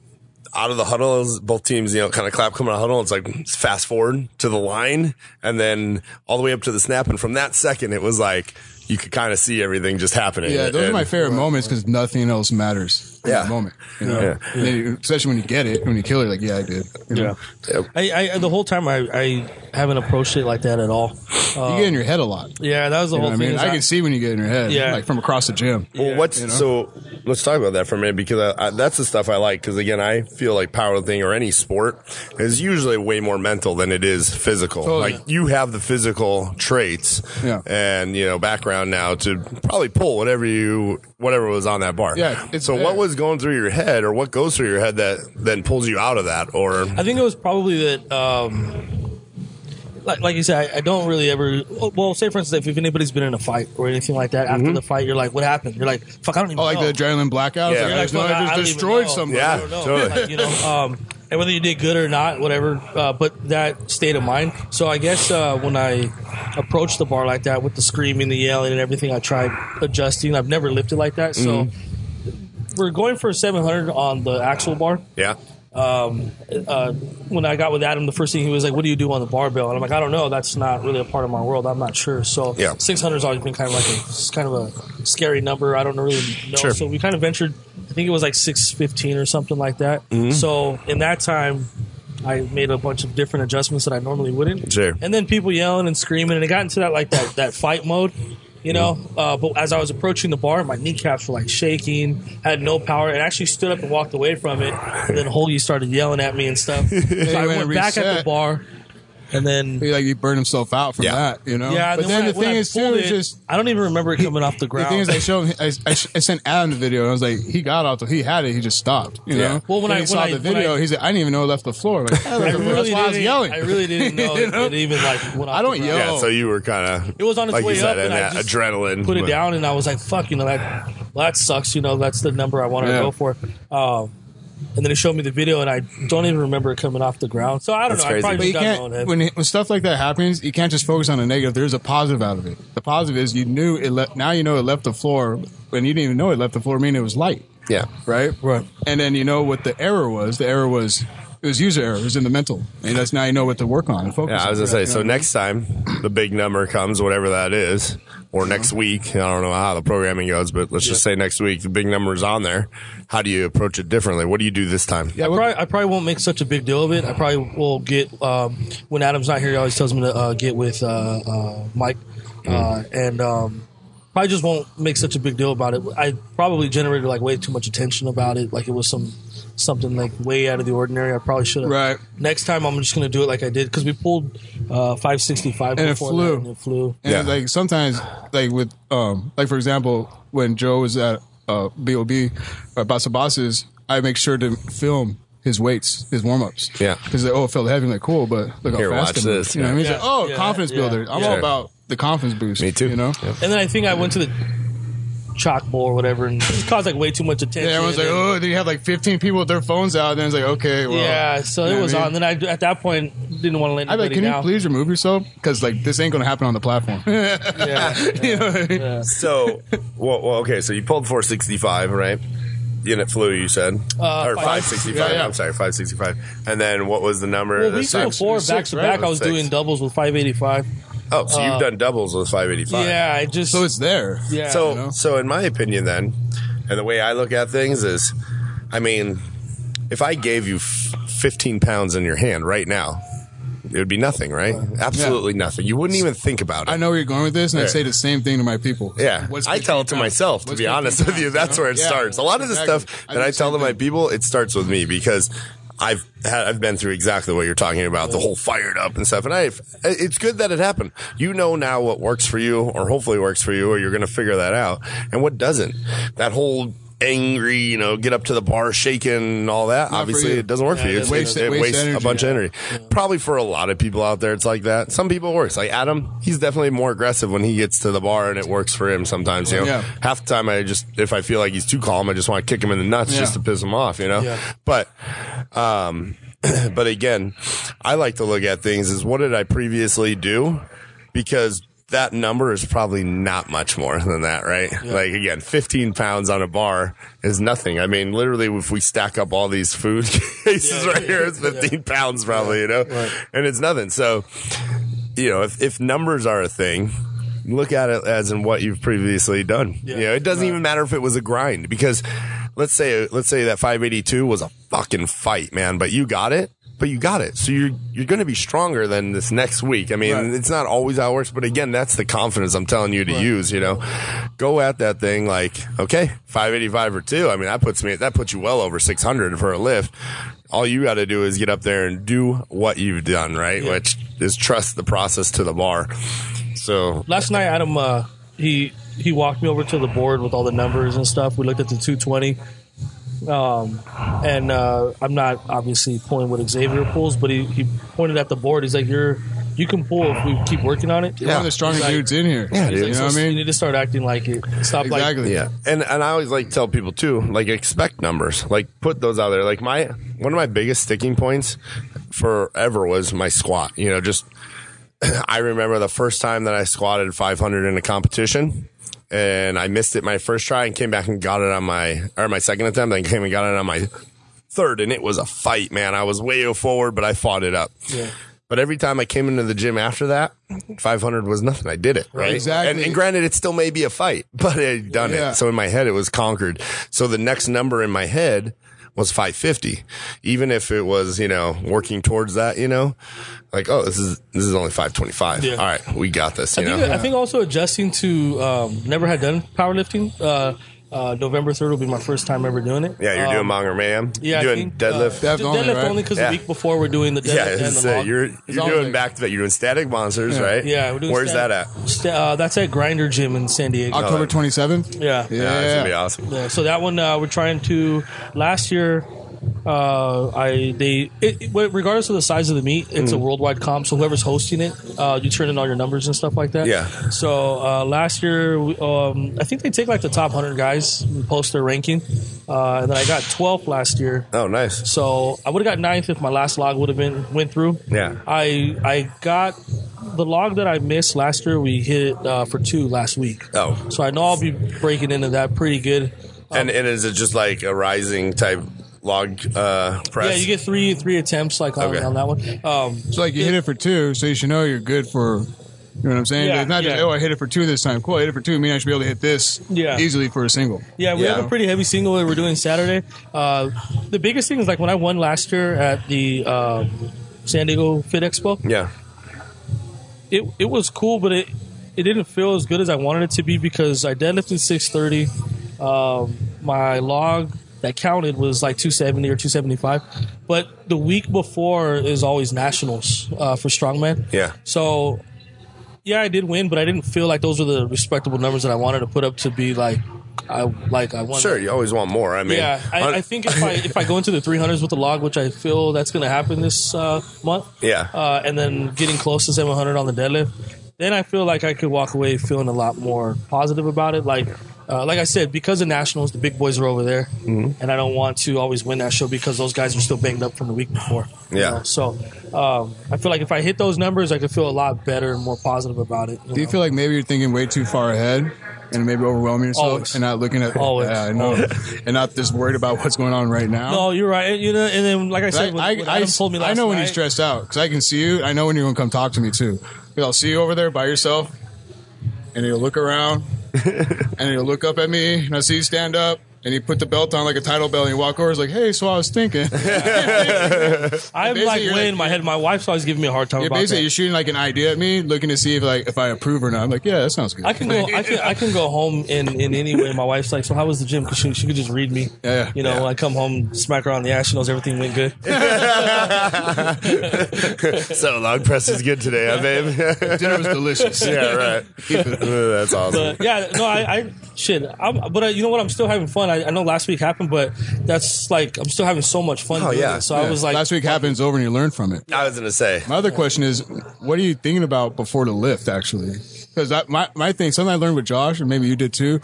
C: out of the huddles, both teams, you know, kind of clap coming out of huddle. It's like fast forward to the line and then all the way up to the snap. And from that second, it was like you could kind of see everything just happening.
B: Yeah, those are
C: And-
B: my favorite moments because nothing else matters. in
C: Yeah.
B: that moment. You know?
C: Yeah.
B: And then you- especially when you get it, when you kill it, like yeah, I did. You know?
A: I, I the whole time I, I haven't approached it like that at all.
B: you get in your head a lot. You
A: Yeah, that was the
B: know
A: whole
B: what I
A: thing.
B: mean,
A: is
B: I can see when you get in your head,
A: Yeah.
B: like from across the gym.
C: Well, what's so? Let's talk about that for a minute because I, I, that's the stuff I like. Because again, I feel like powerlifting or any sport is usually way more mental than it is physical.
B: Totally.
C: Like you have the physical traits
B: Yeah.
C: and you know background around now to probably pull whatever you whatever was on that bar.
B: Yeah, it's
C: So
B: there.
C: what was going through your head, or what goes through your head that then pulls you out of that, or
A: I think it was probably that. Um, like, like you said, I, I don't really ever. Well, say for instance, if anybody's been in a fight or anything like that, after the fight, you're like, "What happened?" You're like, "Fuck, I don't even."
B: Mm-hmm. Oh, like
A: know.
B: the adrenaline blackout. Yeah,
C: Yeah.
A: You're
B: like, no,
A: like, "Fuck, I- I
B: I
A: don't
B: just
A: even
B: destroyed
A: know."
B: somebody.
C: Yeah.
A: I don't know.
C: totally.
A: Like, you know, um, and whether you did good or not, whatever. Uh, but that state of mind. So I guess uh, when I approached the bar like that with the screaming, the yelling, and everything, I tried adjusting. I've never lifted like that, so
C: Mm-hmm.
A: we're going for 700 on the actual bar
C: yeah,
A: um, uh, when I got with Adam, the first thing he was like, "What do you do on the barbell?" And I'm like, "I don't know. That's not really a part of my world. I'm not sure." So
C: Yeah.
A: 600 has always been kind of like a it's kind of a scary number. I don't really know.
C: Sure.
A: So we kind of ventured. I think it was like 615 or something like that.
C: Mm-hmm.
A: So in that time. I made a bunch of different adjustments that I normally wouldn't.
C: Sure.
A: And then people yelling and screaming, and it got into that like that, that fight mode, you know. Uh, but as I was approaching the bar, my kneecaps were like shaking, had no power, and actually stood up and walked away from it. And then Holgy started yelling at me and stuff. So I
B: you
A: went
B: went
A: back at the
B: reset.
A: bar, and then.
B: He, like he burned himself out from
C: Yeah.
B: that, you know.
A: Yeah,
B: but then,
A: when I-
B: the
A: when
B: thing
A: I
B: is too,
A: pulled
B: is
A: it,
B: just
A: I don't even remember it coming off the
B: the
A: ground.
B: thing is, I showed, him, I, I, sh- I sent Adam the video, and I was like, he got out, he had it, he just stopped, you
C: Yeah.
B: know.
A: Well, when
B: And
A: I-
B: he
A: when
B: saw
A: I-
B: the
A: when
B: video,
A: I-
B: he's like, I didn't even know it left the floor. Like,
A: I
B: that's
A: really
B: why I was
A: didn't-
B: yelling.
A: I really didn't know,
B: You know?
A: it even like went off
B: I don't
A: the ground.
B: yell.
C: yeah.
B: Oh.
C: So you were kind of
A: It was on its
C: like
A: way
C: you said, in
A: up, and I
C: that
A: just
C: adrenaline.
A: put it
C: but-
A: down, and I was like, "Fuck, you know that, well, that sucks. You know that's the number I want to
B: Yeah.
A: go for." Um, and then he showed me the video, and I don't even remember it coming off the ground. So I don't
C: That's
A: know.
C: crazy.
A: I
B: But
A: probably
B: you
A: just got my own
B: can't
A: head.
B: when, it- when stuff like that happens, you can't just focus on the negative. There's a positive out of it. The positive is you knew it left. Now you know it left the floor, and you didn't even know it left the floor. Meaning it was light,
C: Yeah,
B: right?
A: Right.
B: And then you know what the error was. The error was it was user error. It was in the mental, and that's now you know what to work on and focus.
C: yeah. I was
B: on,
C: gonna say.
B: you
C: So
B: know?
C: next time the big number comes, whatever that is, or next
A: Uh-huh.
C: week. I don't know how the programming goes, but let's just say next week the big number is on there. How do you approach it differently? What do you do this time?
B: yeah, what-
A: Probably, I probably won't make such a big deal of it. I probably will get um, when Adam's not here. He always tells me to uh, get with uh, uh, Mike,
B: Mm.
A: uh, and um, probably just won't make such a big deal about it. I probably generated like way too much attention about it. Like it was some something like way out of the ordinary. I probably should have.
B: Right.
A: Next time, I'm just gonna do it like I did because we pulled uh, 565
B: And it
A: before
B: flew.
A: That, and it flew.
B: And
C: Yeah.
B: like sometimes, like with, um, like for example, when Joe was at uh, BOB or Bossa Bosses, uh, I make sure to film his weights, his warm ups.
C: Yeah.
B: Because like, oh, it felt heavy. I'm like, cool, but look how
C: Here,
B: fast
C: watch
B: I'm-
C: this.
B: You know what I mean? He's
A: Yeah.
B: like, oh,
A: Yeah,
B: confidence
A: yeah.
B: builder. I'm all
C: Sure.
B: about the confidence boost.
C: Me too.
B: You know?
C: Yeah.
A: And then I think I went to the chalk bowl or whatever and it caused like way too much attention.
B: Yeah, everyone's like,
A: And-
B: oh, then you have like 15 people with their phones out, and then it's like, okay, well.
A: yeah, so
B: you know
A: it
B: what
A: was
B: I mean?
A: on. Then I, at that point, didn't want to let
B: I'd be like,
A: anybody
B: can you
A: down.
B: please remove yourself? Because like this ain't gonna happen on the platform.
A: Yeah,
B: You know what I mean?
A: yeah.
C: So, well, well, okay. So you pulled 465, right? Unit flew, you said,
A: Uh,
C: or
A: five.
C: 565.
B: Yeah, yeah.
C: I'm sorry, 565. And then what was the number?
A: Well,
C: this
A: weeks
C: time?
A: before,
B: six,
A: back to
B: right?
A: back, I was
C: Six.
A: doing doubles with 585.
C: Oh, so
A: uh,
C: you've done doubles with 585.
A: Yeah, I just.
B: So it's there.
A: yeah.
C: So,
B: know?
C: so in my opinion, then, and the way I look at things is, I mean, if I gave you f- 15 pounds in your hand right now, it would be nothing, right? Absolutely nothing. You wouldn't even think about it.
B: I know where you're going with this, and I
C: Yeah.
B: say the same thing to my people.
C: Yeah,
B: What's
C: I
B: the
C: tell it to
B: feedback?
C: myself. To
B: What's
C: be
B: the
C: honest with
B: feedback,
C: you, that's
B: know?
C: where it
B: Yeah,
C: starts. A lot of the
B: exactly.
C: stuff
B: I
C: that
B: do
C: I
B: the
C: tell to
B: same
C: my
B: thing.
C: people, it starts with me because I've had, I've been through exactly what you're talking about, the whole fired up and stuff. And I, it's good that it happened. You know now what works for you, or hopefully works for you, or you're going to figure that out, and what doesn't. That whole angry, you know, get up to the bar shaking and all that. Obviously,
B: you.
C: it doesn't work for you.
A: it
C: It's-
B: wastes-
C: it, it
B: wastes
C: wastes a
B: energy.
C: bunch of energy. Probably for a lot of people out there, it's like that. Some people it works. Like Adam, he's definitely more aggressive when he gets to the bar, and it works for him sometimes. You know,
B: Yeah.
C: half the time I just if I feel like he's too calm, I just want to kick him in the nuts
B: Yeah.
C: just to piss him off. You know,
A: Yeah.
C: but um, but again, I like to look at things as what did I previously do because. That number is probably not much more than that, right? Like again, 15 pounds on a bar is nothing. I mean, literally, if we stack up all these food cases
A: Yeah.
C: right here, it's
A: Yeah.
C: 15 pounds probably, you know,
A: Right.
C: and it's nothing. So, you know, if, if numbers are a thing, look at it as in what you've previously done.
A: Yeah.
C: You know, it doesn't even matter if it was a grind because let's say let's say that 582 was a fucking fight, man, but you got it. But you got it. So you're you're going to be stronger than this next week. I mean,
B: Right.
C: it's not always how it works, but again, that's the confidence I'm telling you to use, you know. Go at that thing like, okay, 585 or 2. I mean, that puts me that puts you well over 600 for a lift. All you got to do is get up there and do what you've done, right?
A: Yeah.
C: Which is trust the process to the bar. So
A: Last night, Adam uh, he he walked me over to the board with all the numbers and stuff. We looked at the 220. Um, and uh, I'm not obviously pulling what Xavier pulls, but he, he pointed at the board. He's like, "You're you can pull if we keep working on it."
B: You're one of the strongest
A: He's like-
B: dudes in here.
C: Yeah,
B: you
C: dude.
B: know what I
A: You
B: mean?
A: need to start acting like it. Stop
B: Exactly.
C: Yeah, and and I always like to tell people too, like expect numbers, like put those out there. Like my one of my biggest sticking points forever was my squat. You know, just I remember the first time that I squatted 500 in a competition, and I missed it my first try and came back and got it on my or my second attempt. Then came and got it on my third, and it was a fight, man. I was way forward, but I fought it up.
A: Yeah.
C: But every time I came into the gym after that, 500 was nothing. I did it, right?
B: Exactly.
C: And, and granted, it still may be a fight, but I had done
B: Yeah.
C: it. So in my head, it was conquered. So the next number in my head was 550, even if it was, you know, working towards that, you know, like, oh, this is, this is only 525.
A: Yeah.
C: All right. We got this, you
A: I think,
C: know?
A: I think also adjusting to um, never had done powerlifting. Uh, uh, November third will be my first time ever doing it.
C: yeah. You're
A: Um,
C: doing monger, man.
A: yeah, I
C: You're doing
A: think, uh,
C: deadlift.
B: Deadlift
A: d-
B: only,
A: deadlift
B: right?
A: only because
C: Yeah.
A: the week before we're doing the deadlift
C: yeah,
A: and
C: it's,
A: the
C: uh,
A: log.
C: you're
B: It's
C: you're
B: always
C: doing
B: like-
C: back to back. You're doing static monsters, right?
A: yeah, we're doing
C: Where's
A: stat-
C: that at?
A: sta- uh, that's at Grinder Gym in San Diego.
B: October 27th?
A: yeah.
B: Yeah.
C: Yeah, it's gonna be awesome.
A: Yeah, so that one uh, we're trying to. Last year, uh, I they it, it- regardless of the size of the meet, it's
C: Mm.
A: a worldwide comp. So whoever's hosting it, uh, you turn in all your numbers and stuff like that.
C: Yeah.
A: So uh, last year, we- um, I think they take like the top hundred guys, and post their ranking, uh, and then I got 12th last year.
C: Oh, nice.
A: So I would have got ninth if my last log would have been went through.
C: Yeah.
A: I I got the log that I missed last year. We hit uh, for two last week.
C: Oh.
A: So I know I'll be breaking into that pretty good.
C: And, and is it just like a rising type log uh, press?
A: Yeah, you get three three attempts like on,
C: Okay.
A: on that one. Um,
B: So like you hit it for two, so you should know you're good for. You know what I'm saying?
A: Yeah,
B: it's not just
A: yeah.
B: oh, I hit it for two this time. Cool, I hit it for two. I mean, I should be able to hit this
A: Yeah.
B: easily for a single.
A: yeah, we have
C: Yeah.
A: a pretty heavy single that we're doing Saturday. Uh, the biggest thing is like when I won last year at the um, San Diego Fit Expo.
C: yeah.
A: it it was cool, but it it didn't feel as good as I wanted it to be because I deadlifted six thirty. Um, my log that counted was like two seventy or two seventy five, but the week before is always nationals uh, for strongman.
C: Yeah.
A: So, yeah, I did win, but I didn't feel like those were the respectable numbers that I wanted to put up to be like I like I won.
C: Sure, you always want more. I mean,
A: Yeah,
C: on-
A: I, I think if I if I go into the 300s with the log, which I feel that's going to happen this uh, month,
C: Yeah.
A: uh, and then getting close to 700 on the deadlift, then I feel like I could walk away feeling a lot more positive about it. Like, uh, like I said, because of nationals, the big boys are over there, and I don't want to always win that show because those guys are still banged up from the week before. you
C: Yeah.
A: know? So um, I feel like if I hit those numbers, I could feel a lot better and more positive about it.
B: Do you feel like maybe you're thinking way too far ahead and maybe overwhelming yourself
A: Always.
B: and not looking at
A: Always.
B: Yeah, I know. and not just worried about what's going on right now?
A: no, you're right. You know, and then like I
B: I,
A: said, when,
B: I,
A: when
B: I,
A: Adam told me last
B: I know when
A: night,
B: you're stressed out because I can see you. I know when you're going to come talk to me too. 'Cause I'll see you over there by yourself, and you'll look around, and you'll look up at me, and I see you stand up, and you put the belt on like a title belt, and you walk over. It's like, hey, so I was thinking.
A: I'm
B: Basically,
A: like
B: you're
A: way
B: like-
A: in my head. My wife's always giving me a hard time
B: Yeah,
A: about
B: basically,
A: that.
B: you're shooting like an idea at me, looking to see if like if I approve or not. I'm like, yeah, that sounds good.
A: I can go. I can. I can go home in, in any way. My wife's like, so how was the gym? Because she, she could just read me.
B: Yeah,
A: You know,
B: yeah.
A: I come home, smack her on the ass. She knows everything went good.
C: so log press is good today, huh, babe?
B: Dinner was delicious.
C: yeah, right. That's awesome.
A: But yeah, no, I, I shit. I'm, but uh, you know what? I'm still having fun. I, I know last week happened, but that's like I'm still having so much fun.
C: Oh,
A: doing
C: yeah.
A: it. So I
B: Yeah,
A: was like,
B: last week happens over, and you learn from it.
C: I was gonna say,
B: My other question is, what are you thinking about before the lift, actually? Because my, my thing, something I learned with Josh, and maybe you did too,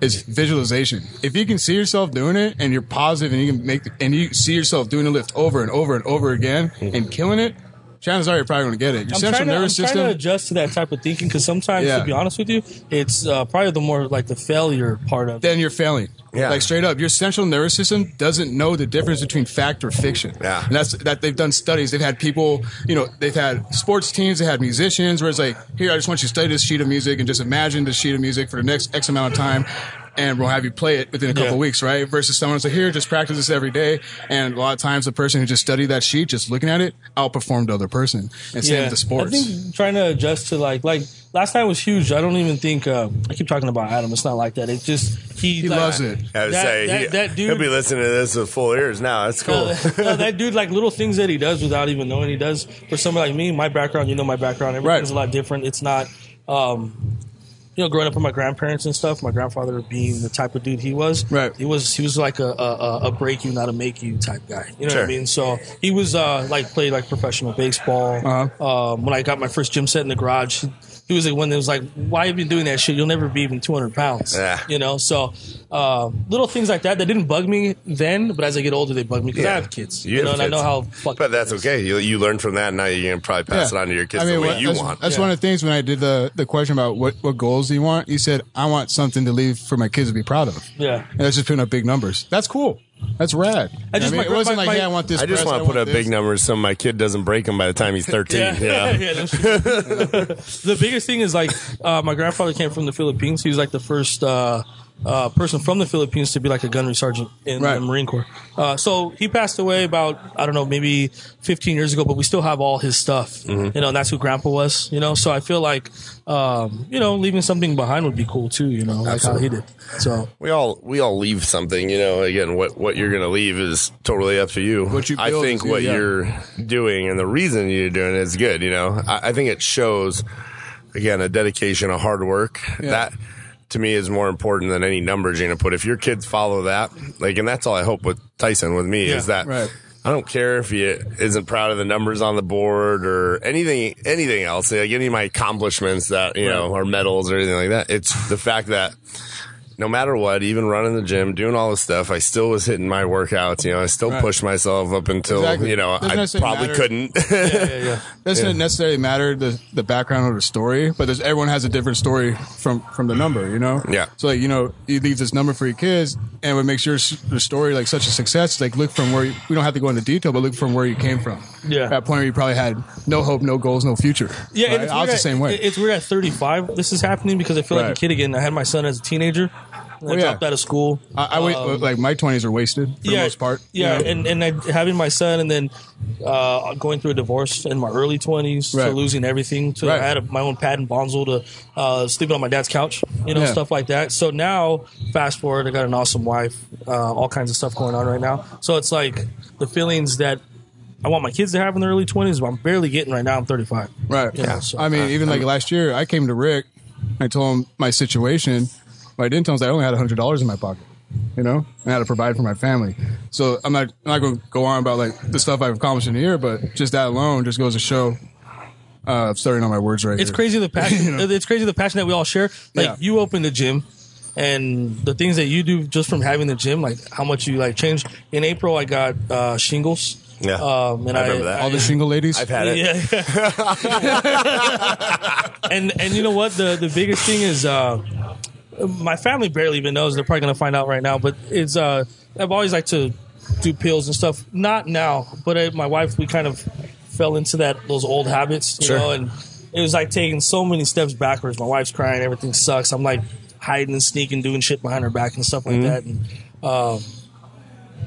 B: is visualization. If you can see yourself doing it and you're positive and you can make, and you see yourself doing the lift over and over and over again and killing it, chances are you're probably going to get it. Your
A: I'm
B: central
A: trying, to, I'm
B: nervous
A: trying to
B: system.
A: adjust to that type of thinking because sometimes,
B: Yeah.
A: to be honest with you, it's uh, probably the more like the failure part of it.
B: Then you're failing.
C: Yeah.
B: Like straight up, your central nervous system doesn't know the difference between fact or fiction.
C: Yeah.
B: And that's that they've done studies. They've had people, you know, they've had sports teams, they had musicians where it's like, here, I just want you to study this sheet of music and just imagine this sheet of music for the next X amount of time. And we'll have you play it within a couple
A: Yeah.
B: weeks, right? Versus someone who's like, here, just practice this every day. And a lot of times, the person who just studied that sheet, just looking at it, outperformed the other person. And same with the sports.
A: I think trying to adjust to like like last night was huge. I don't even think uh, I keep talking about Adam. It's not like that. It just he
B: He
A: like-
B: loves it.
C: I was
A: That-
C: say
A: that-
C: he,
A: that dude-
C: will be listening to this with full ears now. That's cool.
A: Uh, no, that dude, like little things that he does without even knowing he does. For somebody like me, my background, you know, my background,
B: Right.
A: everything's a lot different. It's not. Um, you know, growing up with my grandparents and stuff, my grandfather being the type of dude he was,
B: Right.
A: He was he was like a, a, a- a break you, not a make you type guy. You know what
C: Sure.
A: I mean? So he was uh, like played like professional baseball.
B: Uh-huh.
A: Um, when I got my first gym set in the garage, he- he was the one that was like, "Why have you been doing that shit? You'll never be even 200 pounds."
C: Yeah.
A: You know, so uh, little things like that that didn't bug me then, but as I get older, they bug me because I have kids.
C: You
A: know,
C: have
A: and I know
C: kids.
A: how fucked.
C: But that's okay. You, you learn from that, and now you can probably pass it on to your kids the way
B: what-
C: you
B: that's,
C: want.
B: That's one of the things when I did the, the question about what, what goals do you want. You said, I want something to leave for my kids to be proud of.
A: Yeah.
B: And that's just putting up big numbers. That's cool. That's rad.
A: I just-
B: You know what
A: my-
B: it wasn't
A: my-
B: like,
A: my-
B: yeah, I want this.
C: I just
B: press,
C: want to put up
B: this.
C: big numbers so my kid doesn't break them by the time he's 13.
A: Yeah.
C: you know?
A: Yeah, that's true. the biggest thing is like uh, my grandfather came from the Philippines. He was like the first uh, uh, person from the Philippines to be like a gunnery sergeant in
B: Right.
A: the Marine Corps. Uh, so he passed away about I don't know maybe 15 years ago, but we still have all his stuff.
C: Mm-hmm.
A: You know, and that's who Grandpa was. You know, so I feel like um, you know leaving something behind would be cool too. You know, like how he did. So
C: We all we all leave something, you know. Again, what what you're gonna leave is totally up to you.
B: What you
C: I
B: build
C: think
B: is you,
C: what
B: yeah.
C: you're doing and the reason you're doing it is good. You know, I, I think it shows again a dedication, a hard work that to me is more important than any numbers you're gonna put. If your kids follow that, like, and that's all I hope with Tyson with me
A: Yeah,
C: is that.
B: right.
C: I don't care if he isn't proud of the numbers on the board or anything, anything else, like any of my accomplishments that, you know, or medals or anything like that. It's the fact that no matter what, even running the gym, doing all this stuff, I still was hitting my workouts. You know, I still
B: Right.
C: pushed myself up until
B: Exactly.
C: you know
B: Doesn't
C: I
B: necessarily
C: probably
B: matter.
C: couldn't.
A: yeah, yeah.
B: doesn't necessarily matter the, the background or the story, but there's, everyone has a different story from, from the number, you know?
C: Yeah.
B: So, like, you know, you leave this number for your kids, and what makes your s- your story like such a success, like, look from where you, we don't have to go into detail, but look from where you came from.
A: Yeah.
B: That point where you probably had no hope, no goals, no future.
A: Yeah,
B: Right?
A: and it's
B: I was
A: weird
B: the
A: at-
B: same way.
A: it- It's weird at 35. This is happening because I feel like
B: Right. Oh,
A: a kid again. I had my son as a teenager. and I
B: yeah.
A: dropped out of school.
B: I, I wait,
A: Um,
B: like my twenties are wasted for the most part.
A: Yeah,
B: you know?
A: and and I, having my son and then uh, going through a divorce in my early twenties to
B: Right.
A: losing everything. To
B: Right.
A: I had a, my own pad and bonzel to uh, sleeping on my dad's couch, you know,
B: Yeah.
A: stuff like that. So now, fast forward, I got an awesome wife, uh, all kinds of stuff going on right now. So it's like the feelings that. I want my kids to have in their early twenties, but I'm barely getting right now. I'm 35.
B: right.
A: You know, so-
B: I mean, even like last year, I came to Rick. I told him my situation. But I didn't tell him is I only had hundred dollars in my pocket. You know, and how to provide for my family. So I'm not I'm not going to go on about like the stuff I've accomplished in a year, but just that alone just goes to show. Uh, I'm starting on my words right.
A: it's
B: here.
A: crazy the passion.
B: You know?
A: It's crazy the passion that we all share. Like
B: Yeah.
A: you open the gym, and the things that you do just from having the gym, like how much you like change. In April, I got uh, shingles.
C: Yeah.
A: um, and
C: I
A: I,
C: remember that.
B: All the shingle ladies.
C: I've had it.
A: yeah. and and you know what? The the biggest thing is uh, my family barely even knows. They're probably gonna find out right now. But it's uh, I've always liked to do pills and stuff. Not now, but uh, my wife we kind of fell into that those old habits, you
C: Sure.
A: know. And it was like taking so many steps backwards. My wife's crying. Everything sucks. I'm like hiding and sneaking, doing shit behind her back
B: Mm-hmm.
A: and stuff like that. And um,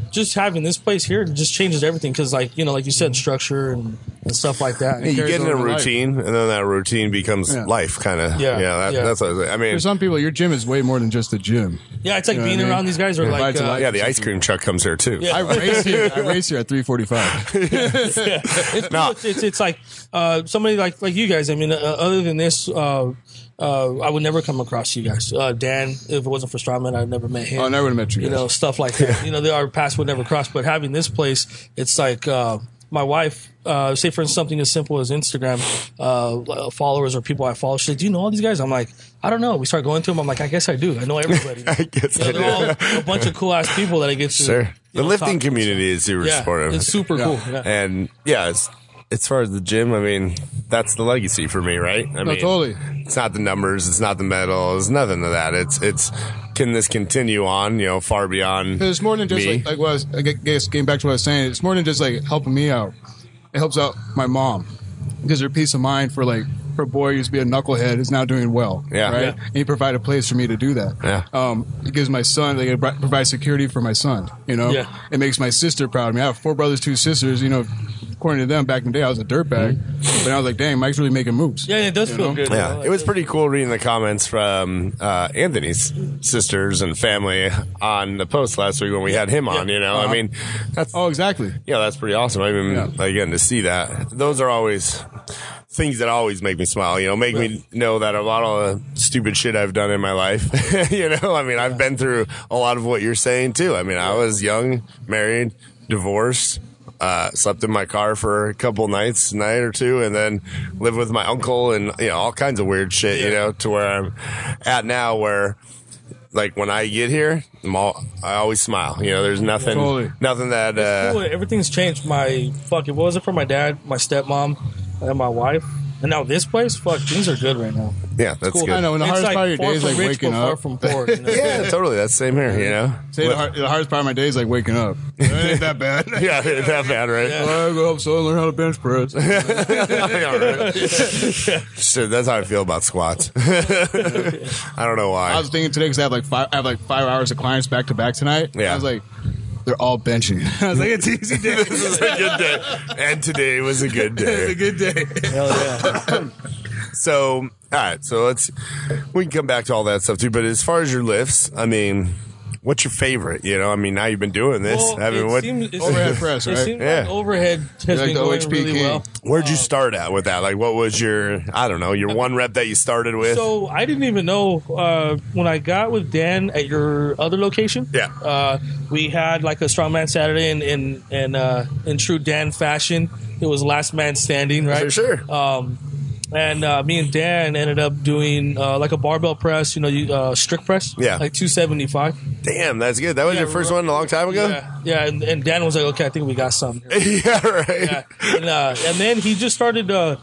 A: just having this place here just changes everything because, like you know, like you said, structure and, and stuff like that.
C: you
B: carries
C: get in a
B: over to life.
C: routine, and then that routine becomes
B: Yeah.
C: life, kind of.
A: Yeah,
C: yeah, that,
A: yeah.
C: That's what I, was, I mean.
B: For some people, your gym is way more than just a gym.
A: Yeah, it's like
B: You know what
A: being
B: I mean?
A: around these guys are
B: Yeah.
A: like,
B: Rides a
A: uh,
B: lot.
C: yeah, the ice cream truck comes here too.
A: Yeah.
B: I race here. I race here at 3:45.
A: it's, cool. it's, it's it's like uh, somebody like like you guys. I mean, uh, other than this, uh, uh, I would never come across you guys. Uh, Dan, if it wasn't for Strawman, I'd never met him.
B: Oh, I never would've met you
A: You
B: guys.
A: know, stuff like that. You know, they, our paths would never cross. But having this place, it's like. Uh, my wife, uh, say for instance, something as simple as Instagram uh, followers or people I follow, she's like, "Do you know all these guys?" I'm like, "I don't know." We start going to them. I'm like, "I guess I do. I know everybody."
C: I guess I
A: You know, they're all
C: do.
A: a bunch of cool ass people that I get to.
C: Sure.
A: you
C: The
A: know,
C: lifting
A: talk to.
C: community is super
A: Yeah,
C: supportive.
A: it's super
B: Yeah.
A: cool. Yeah.
C: and yeah, it's, as far as the gym, I mean, that's the legacy for me, right?
B: No,
C: I mean,
B: totally.
C: It's not the numbers, it's not the medals, nothing of that. It's it's can this continue on, you know, far beyond?
B: Because it's more than just
C: me?
B: like, like what I, was, I guess getting back to what I was saying, it's more than just like helping me out. It helps out my mom because her peace of mind for like her boy who used to be a knucklehead is now doing well.
C: Yeah.
B: right.
C: Yeah.
B: And he provided a place for me to do that.
C: Yeah.
B: um, it gives my son like it provides security for my son. You know,
A: Yeah.
B: it makes my sister proud. I mean, I have four brothers, two sisters. You know, according to them, back in the day, I was a dirtbag,
C: Mm-hmm.
B: but I was like, dang, Mike's really making moves.
A: Yeah, it does feel
B: know?
A: good. you know,
C: Yeah,
A: like-
C: it was pretty cool reading the comments from uh, Anthony's sisters and family on the post last week when we had him on. You know, I mean, that's
B: Oh, exactly.
C: yeah, that's pretty awesome. I mean,
B: Yeah.
C: again, to see that those are always. It's things that always make me smile. You know, make me know that a lot of the stupid shit I've done in my life. you know, I mean, I've been through a lot of what you're saying too. I mean, I was young, married, divorced. Uh, slept in my car for a couple nights, night or two, and then lived with my uncle and you know all kinds of weird shit. You know, to where I'm at now, where like when I get here, I'm all, I always smile. You know, there's nothing,
B: Totally.
C: nothing that uh,
A: Well, oh, everything's changed. My fucking what was it for my dad, my stepmom, and my wife, and now this place. Fuck, things are good right now.
C: Yeah, that's
A: cool.
C: good.
B: I know. And the hardest
A: it's like
B: part of your
A: far
B: day is
A: from
B: like
A: rich,
B: waking
A: but far
B: up.
A: from poor. You know?
C: Yeah, totally. That's same here. You know.
B: Say the, hard, the hardest part of my day is like waking up. It ain't that bad.
C: Yeah, that bad, right?
B: I go up so I learn how to bench press.
C: All right. Shit, that's how I feel about squats. I don't know
B: I
C: why.
B: was thinking today because I have like five, I have like five hours of clients back to back tonight.
C: Yeah.
B: I was like, they're all benching. I was like, it's easy day.
C: this is a good day, and today was a good
B: it's a
C: day.
B: good day.
A: Hell yeah.
C: So, all right. So let's we can come back to all that stuff too. But as far as your lifts, I mean, what's your favorite? You know, I mean, now you've been doing this.
A: Well,
C: I mean,
A: it
C: what?
A: seems- it
B: Overhead
A: seems-
B: press,
A: it
B: right?
A: seems
C: Yeah.
A: like overhead has
B: like
A: been
B: the
A: going
B: OHP
A: really
B: king.
A: well.
C: where'd you start at with that? Like, what was your? I don't know. Your one rep that you started with.
A: So I didn't even know uh, when I got with Dan at your other location.
C: Yeah.
A: uh, we had like a strongman Saturday in in in, uh, in true Dan fashion. It was last man standing, right?
C: For sure.
A: Um, and uh, me and Dan ended up doing uh, like a barbell press, you know, you, uh, strict press,
C: Yeah.
A: like two seventy five.
C: Damn, that's good. That was
A: Yeah,
C: your first
A: right.
C: one a long time ago.
A: Yeah, yeah. And, and Dan was like, "Okay, I think we got something." here."
C: yeah, right.
A: yeah, and, uh, and then he just started uh,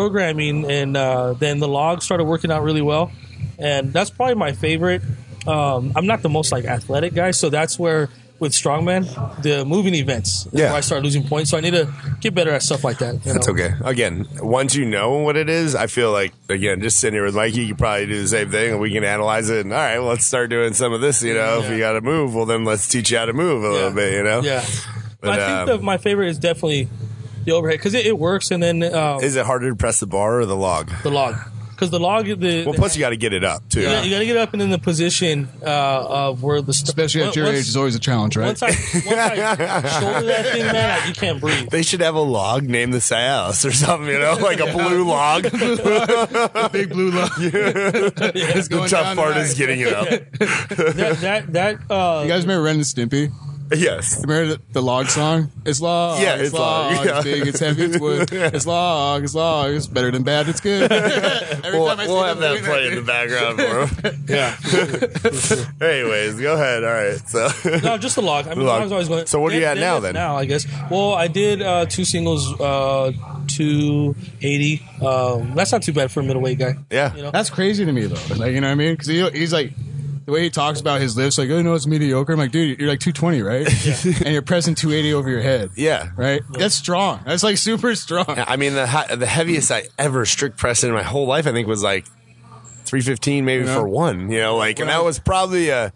A: programming, and uh, then the log started working out really well, and that's probably my favorite. Um, I'm not the most like athletic guy, so that's where with strongman the moving events is
C: Yeah.
A: where I start losing points. So I need to get better at stuff like that. you
C: That's
A: know?
C: okay. Again, once you know what it is, I feel like again, just sitting here with Mikey, you could probably do the same thing, and we can analyze it. And all right, well, let's start doing some of this. You know, if
A: Yeah.
C: you got to move, well, then let's teach you how to move a little bit. You know,
A: Yeah,
C: But,
A: I
C: um,
A: think the, my favorite is definitely the overhead because it, it works, and then um,
C: Is it harder to press the bar or the log?
A: the log because the log the
C: Well, plus you got to get it up too.
A: you, gotta, you gotta get up and in the position uh, of where the st-
B: Especially at your
A: once-
B: age is always a challenge, right?
A: Once I, once I shoulder that thing, man, I- you can't breathe.
C: They should have a log named the Saos or something. You know, like a blue log.
B: Big blue love. It's
C: the
B: going
C: tough
B: down
C: part
B: tonight.
C: is getting it up.
A: That that that uh,
B: You guys remember Ren and Stimpy?
C: yes.
B: Remember the, the log song? It's log.
C: Yeah, it's
B: it's log.
C: log, yeah.
B: It's big. It's heavy. It's wood. It's log. It's log. It's better than bad. It's good. Every
C: We'll,
B: time I see
C: we'll
B: them
C: have that
B: doing
C: play in the background for him.
A: yeah.
C: Anyways, go ahead. All right. So.
A: No, just the log. I mean,
C: log.
A: log's always going.
C: So what are you
A: They-
C: at
A: they
C: now,
A: lift
C: then?
A: Now I guess. Well, I did uh, two singles, uh, two eighty. Um, that's not too bad for a middleweight guy.
C: Yeah.
A: You know?
B: That's crazy to me though. Like you know what I mean? Because he, he's like the way he talks about his lifts, like oh no, it's mediocre. I'm like, dude, you're like 220, right? and you're pressing 280 over your head.
C: Yeah.
B: Right. That's strong. That's like super strong.
C: I mean, the hi- the heaviest I ever strict pressed in my whole life, I think, was like three fifteen, maybe
B: Yeah.
C: for one. You know, like, and that was probably a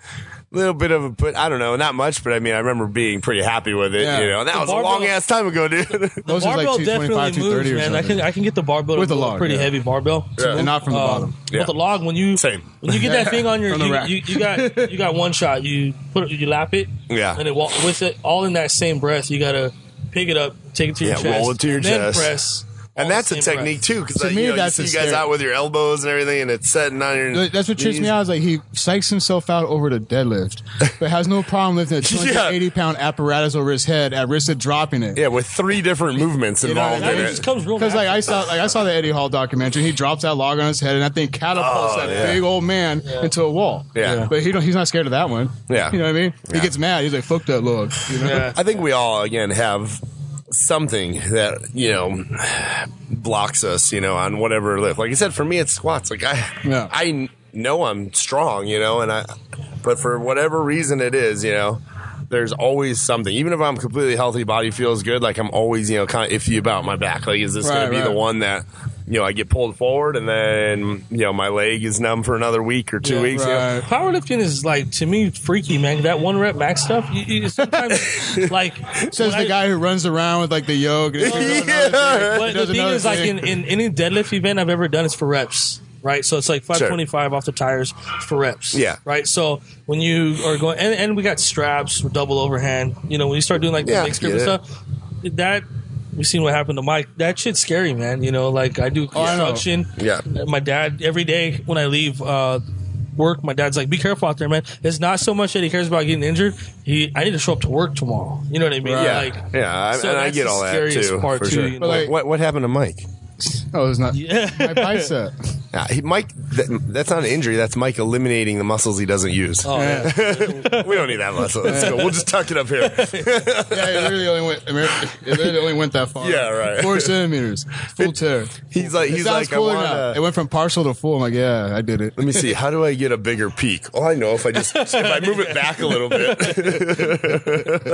C: little bit of a put. I don't know, not much, but I mean, I remember being pretty happy with it.
B: Yeah.
C: You know, and that
A: The
C: was
A: barbell-
C: a long ass time ago, dude.
A: The
B: Those are like
A: barbell
B: 225,
A: definitely moves,
B: 230 or
A: man. I
B: something.
A: can I can get the barbell to
B: With the
A: move a
B: log,
A: pretty
B: yeah.
A: heavy barbell. to
C: Yeah.
A: move,
B: And not from the
A: um,
B: bottom.
C: Yeah.
A: With the log, when you
C: Same.
A: when you get that thing on your
B: From the
A: you,
B: rack.
A: you, you got you got one shot. You put it- you lap it.
C: Yeah.
A: And it wa- with it all in that same breath. You gotta pick it up, take it to your
C: Yeah,
A: chest,
C: roll it to your
A: and then
C: chest.
A: press. all
C: and that's
A: the
C: a
A: same
C: technique
A: breath.
C: too, because
B: To
C: you,
B: me,
C: know, you
B: that's
C: see you guys
B: hysterical.
C: out with your elbows and everything, and it's setting on your.
B: That's what trips me
C: knees.
B: out. Is like he psychs himself out over the deadlift, but has no problem lifting a 280 pound apparatus over his head at risk of dropping it.
C: Yeah, with three different movements
B: know,
C: involved
A: That
C: in
A: one
C: it.
A: just comes real.
B: Because like
A: natural.
B: I saw, like I saw the Eddie Hall documentary. He drops that log on his head, and I think catapults
C: Oh,
B: that
C: yeah.
B: big old man into a wall.
C: Yeah.
B: but he don't, he's not scared of that one.
C: Yeah.
B: you know what I mean. He gets mad. He's like, "Fuck that log." You know?
A: Yeah.
C: I think we all again have something that you know blocks us, you know, on whatever lift. Like I said, for me, it's squats. Like I,
B: Yeah.
C: I know I'm strong, you know, and I, but for whatever reason it is, you know. There's always something. Even if I'm completely healthy, body feels good. Like I'm always, you know, kind of iffy about my back. Like, is this going
B: Right,
C: to be the
B: right.
C: one that, you know, I get pulled forward and then, you know, my leg is numb for another week or two
A: Yeah,
C: weeks? you know?
B: Right.
A: Powerlifting is like to me freaky, man. That one rep max stuff. You, you sometimes like
B: Says
A: when
B: the
A: I-
B: guy who runs around with like the yoke. And
C: Yeah.
A: But the
B: does
A: thing
B: another
A: is, like
B: thing.
A: in, in any deadlift event I've ever done, it's for reps, right? So it's like five twenty five off the tires for reps,
C: Yeah.
A: right? So when you are going, and, and we got straps, double overhand. You know, when you start doing like the
C: Yeah,
A: mixed grip and
C: yeah.
A: stuff, that We've seen what happened to Mike. That shit's scary, man. You know, like I do
C: Oh,
B: I know.
A: construction.
D: Yeah.
A: My dad every day when I leave uh, work, my dad's like, "Be careful out there, man." It's not so much that he cares about getting injured. He, I need to show up to work tomorrow. You know what I mean?
B: Right.
D: Yeah,
A: Like,
C: yeah, I,
A: so
C: and I
A: that's
C: get
A: the
C: all that
A: scariest
C: too.
A: part
C: for
A: too,
C: sure.
A: you
B: But,
A: know?
B: like-
C: what what happened to Mike?
B: Oh, it's not
A: Yeah.
B: my bicep.
C: Uh, he, Mike, that, that's not an injury. That's Mike eliminating the muscles he doesn't use.
A: Oh, man.
C: we don't need that muscle. Let's go. We'll just tuck it up here.
B: Yeah, it literally only went. I mean, It literally only went that far.
C: Yeah, right.
B: Four centimeters, full tear.
C: He's like,
B: It
C: he's
B: sounds
C: like, I
B: cool
C: want
B: enough. It
C: to.
B: went from partial to full. I'm like, yeah, I did it.
C: Let me see. How do I get a bigger peak? All I know if I just if I move it back a little bit.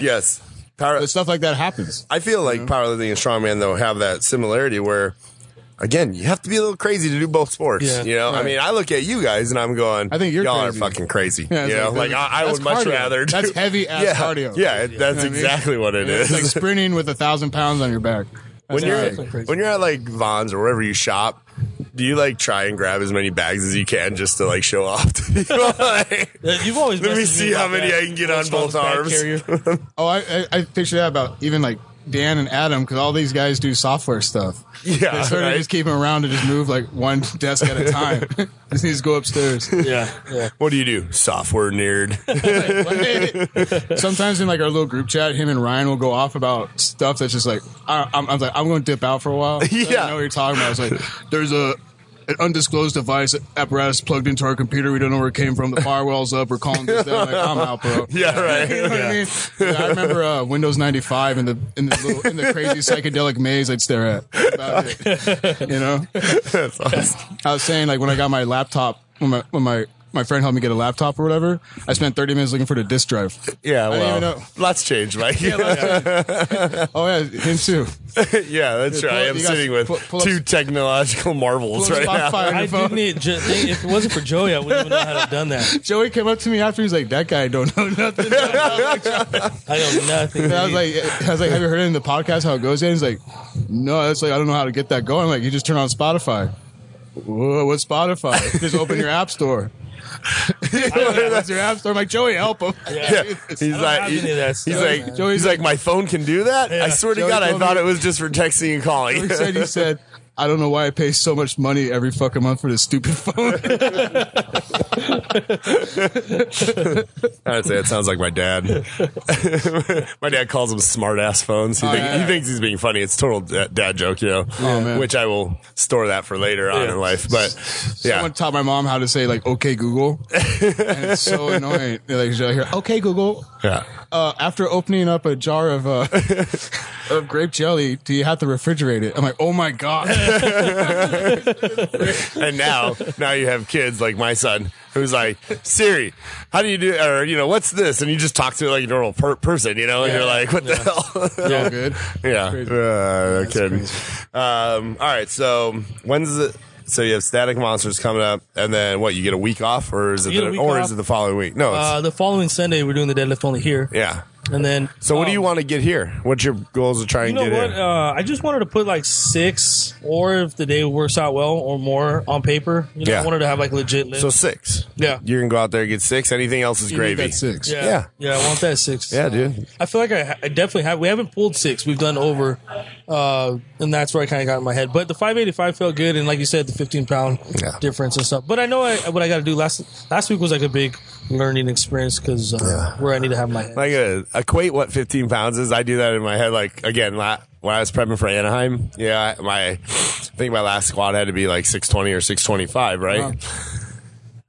C: yes, power.
B: But stuff like that happens.
C: I feel like powerlifting and strongman though have that similarity where, again, you have to be a little crazy to do both sports.
A: Yeah.
C: You know, I
B: Right.
C: mean, I look at you guys and I'm going,
B: I think you're
C: y'all
B: crazy.
C: are fucking crazy.
B: Yeah,
C: you
B: it's
C: know,
B: like-
C: like, I, I
B: that's
C: would much
B: cardio.
C: rather. Do,
B: That's heavy ass
C: yeah,
B: cardio.
C: Yeah,
B: You
C: it- that's
B: know what I mean?
C: exactly what it
B: It's
C: is.
B: like sprinting with a thousand pounds on your back. That's
C: when you're
B: right.
A: crazy.
C: when you're at like Vons or wherever you shop. Do you like try and grab as many bags as you can just to like show off to people? Like,
A: Yeah, You've always
C: Let me
A: messaged
C: see how
A: about
C: many
A: that.
C: I can get on
A: What's
C: both
A: called the back
C: arms.
A: carrier.
B: oh, I, I, I picture that about even like Dan and Adam because all these guys do software stuff.
C: Yeah,
B: they sort
C: right.
B: of just keep them around and just move like one desk at a time. just needs to go upstairs.
A: yeah, yeah.
C: what do you do? Software nerd.
B: Sometimes in like our little group chat, him and Ryan will go off about stuff that's just like I, I'm, I'm like I'm going to dip out for a while. I
C: Yeah.
B: don't know what you're talking about. It's like there's a an undisclosed device apparatus plugged into our computer. We don't know where it came from. The firewall's up. We're calling this down. Like I'm out, bro.
C: yeah, right.
B: You know what I mean? Yeah, I remember uh, Windows 95 and the in the, little, in the crazy psychedelic maze I'd stare at. That's About it. You know,
C: That's awesome.
B: I was saying like when I got my laptop when my when my my friend helped me get a laptop or whatever. I spent 30 minutes looking for the disk drive. didn't
C: Yeah, well,
B: even know.
C: lots changed, Mike.
B: Oh yeah, him too.
C: Yeah,
B: Yeah, pull
C: that's
B: up-
C: right. I'm
B: you guys
C: sitting with
B: pull- pull up-
C: two technological marvels right now.
B: Spotify on
A: I
B: your phone.
A: do need. ju- think if it wasn't for Joey, I wouldn't even know how to have done that.
B: Joey came up to me after he was like, "That guy don't know nothing."
A: I know nothing.
B: And I was like, "I was like, have you heard it in the podcast how it goes?" And he's like, "No, that's like I don't know how to get that going." I'm like, you just turn on Spotify. Whoa, what's Spotify? just open your app store. I don't know, What's your app store? I'm like, Joey, help him.
C: Yeah.
A: I
C: He's
A: don't
C: like,
A: have
C: he-
A: any of that
C: he's
A: stuff,
C: like,
A: man.
C: he's like, my phone can do that. I swear to
B: Joey
C: God, I
B: told
C: thought
B: me-
C: it was just for texting and
B: He
C: calling.
B: said, he said, I don't know why I pay so much money every fucking month for this stupid phone.
C: I'd say it sounds like my dad. my dad calls them smart ass phones. He, think,
B: Oh, yeah. Oh,
C: he thinks he's being funny. It's total da- dad joke, you know.
B: man.
C: Which I will store that for later on
A: Yeah.
C: in life. But yeah,
B: Someone taught my mom how to say like "Okay Google," and it's so annoying. They're like, she's out here, "Okay Google."
C: yeah.
B: Uh, after opening up a jar of uh, of grape jelly, do you have to refrigerate it? I'm like, "Oh my god!"
C: And now, now you have kids like my son who's like Siri, how do you do? Or you know, what's this? And you just talk to it like a normal per- person, you know. And
B: Yeah.
C: you're like, what the hell?
B: All good.
C: Yeah,
B: Crazy.
C: Uh, no kidding.
B: crazy.
C: Um, all right, so when's the so you have Static Monsters coming up, and then what? You get a week off, or is it
A: You get
C: the,
A: a week
C: or is
A: off.
C: it the following week? No, it's,
A: uh, the following Sunday, we're doing the deadlift only here,
C: yeah.
A: and then
C: So what do you want to get here? What's your goals to try
A: um, You
C: and
A: know
C: get
A: what?
C: here?
A: Uh, I just wanted to put like six, or if the day works out well, or more on paper. You know,
C: Yeah.
A: I wanted to have like legit lifts.
C: so six.
A: Yeah.
C: you can go out there and get six. Anything else is
B: You need
C: gravy.
B: that six.
A: yeah,
C: yeah.
A: yeah, I want that six.
C: Yeah, dude.
A: I feel like I, ha- I definitely have. We haven't pulled six. We've done over, uh, and that's where I kind of got in my head. But the 585 felt good, and like you said, the 15 pound
C: Yeah.
A: difference and stuff. But I know I, what I got to do. Last last week was like a big learning experience because uh, where I need to have my head.
C: Like uh, equate what 15 pounds is. I do that in my head. Like again, la- when I was prepping for Anaheim, yeah, I- my I think my last squat had to be like 620 or 625, right?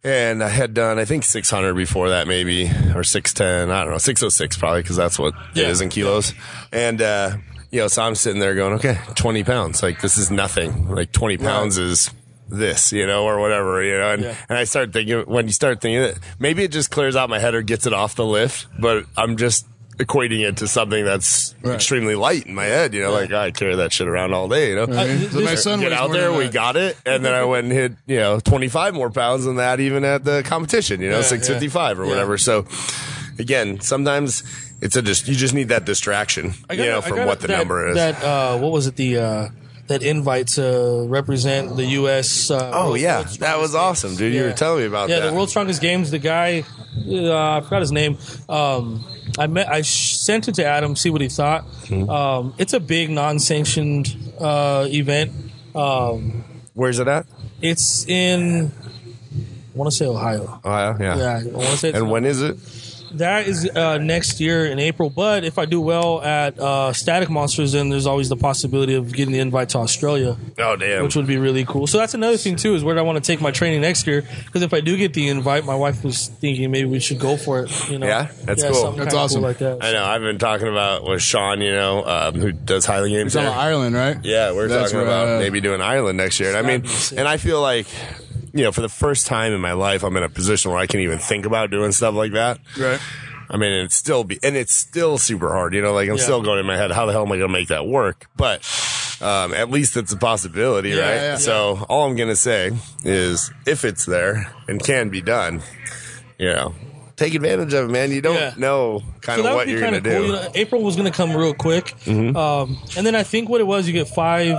C: And I had done I think 600 before that, maybe or 610. I don't know, 606 probably because that's what it
A: Yeah.
C: is in kilos. And uh, you know, so I'm sitting there going, okay, 20 pounds. Like this is nothing. Like 20 pounds is this, you know, or whatever, you know. And,
A: Yeah.
C: and I start thinking when you start thinking that maybe it just clears out my head or gets it off the lift, but I'm just equating it to something that's
B: Right.
C: extremely light in my head, you know, like I carry that shit around all day, you know.
A: this-
B: So my son
C: Get
B: weighs
C: out
B: more
C: there,
B: than
C: we
B: that.
C: got it, and then I went and hit you know 25 more pounds than that, even at the competition, you know,
A: Yeah,
C: 655 or
A: yeah.
C: whatever. So, again, sometimes it's a just you just need that distraction,
A: I
C: you
A: gotta-
C: know,
A: I
C: from
A: gotta-
C: what the
A: that-
C: number is.
A: That uh, what was it? The uh, that invite to represent the U.S. Uh,
C: oh
A: World-
C: yeah,
A: World
C: that was awesome, dude. You
A: Yeah.
C: were telling me about
A: yeah,
C: that.
A: the World Strongest Games. The guy, uh, I forgot his name. Um, I met, I sh- sent it to Adam, see what he thought. Um, it's a big non-sanctioned uh, event. Um,
C: Where's it at?
A: it's in, I want to say Ohio.
C: Ohio. Oh, Yeah.
A: Yeah, I want to say it's
C: And when is it?
A: that is uh, next year in April. But if I do well at uh, Static Monsters, then there's always the possibility of getting the invite to Australia,
C: Oh damn!
A: which would be really cool. So that's another thing too is where do I want to take my training next year? Because if I do get the invite, my wife was thinking maybe we should go for it. You know,
C: Yeah? That's cool.
A: something
B: That's
A: kinda
B: awesome.
A: like that.
C: I know. I've been talking about with Sean, you know, um, who does Highland Games.
B: It's on
C: there.
B: Ireland, right?
C: Yeah, we're
B: That's uh,
C: talking about
B: rad.
C: maybe doing Ireland next year. And I mean,
A: That'd be sick.
C: and I feel like, you know, for the first time in my life, I'm in a position where I can even think about doing stuff like that.
B: Right.
C: I mean, it's still be, and it's still super hard. You know, like I'm
A: Yeah.
C: still going in my head, how the hell am I going to make that work? But um, at least it's a possibility,
B: Yeah,
C: right?
B: yeah.
C: So all I'm going to say is, if it's there and can be done, you know, take advantage of it, man. You don't
A: Yeah.
C: know kind
A: So that
C: of
A: would
C: what
A: be
C: you're
A: kind
C: going to
A: of cool.
C: do. Mm-hmm.
A: You know, April was going to come real quick, um, and then I think what it was, you get five.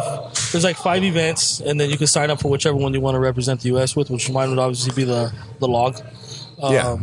A: There's like five events, and then you can sign up for whichever one you want to represent the U.S. with, which mine would obviously be the the log. Um,
C: Yeah.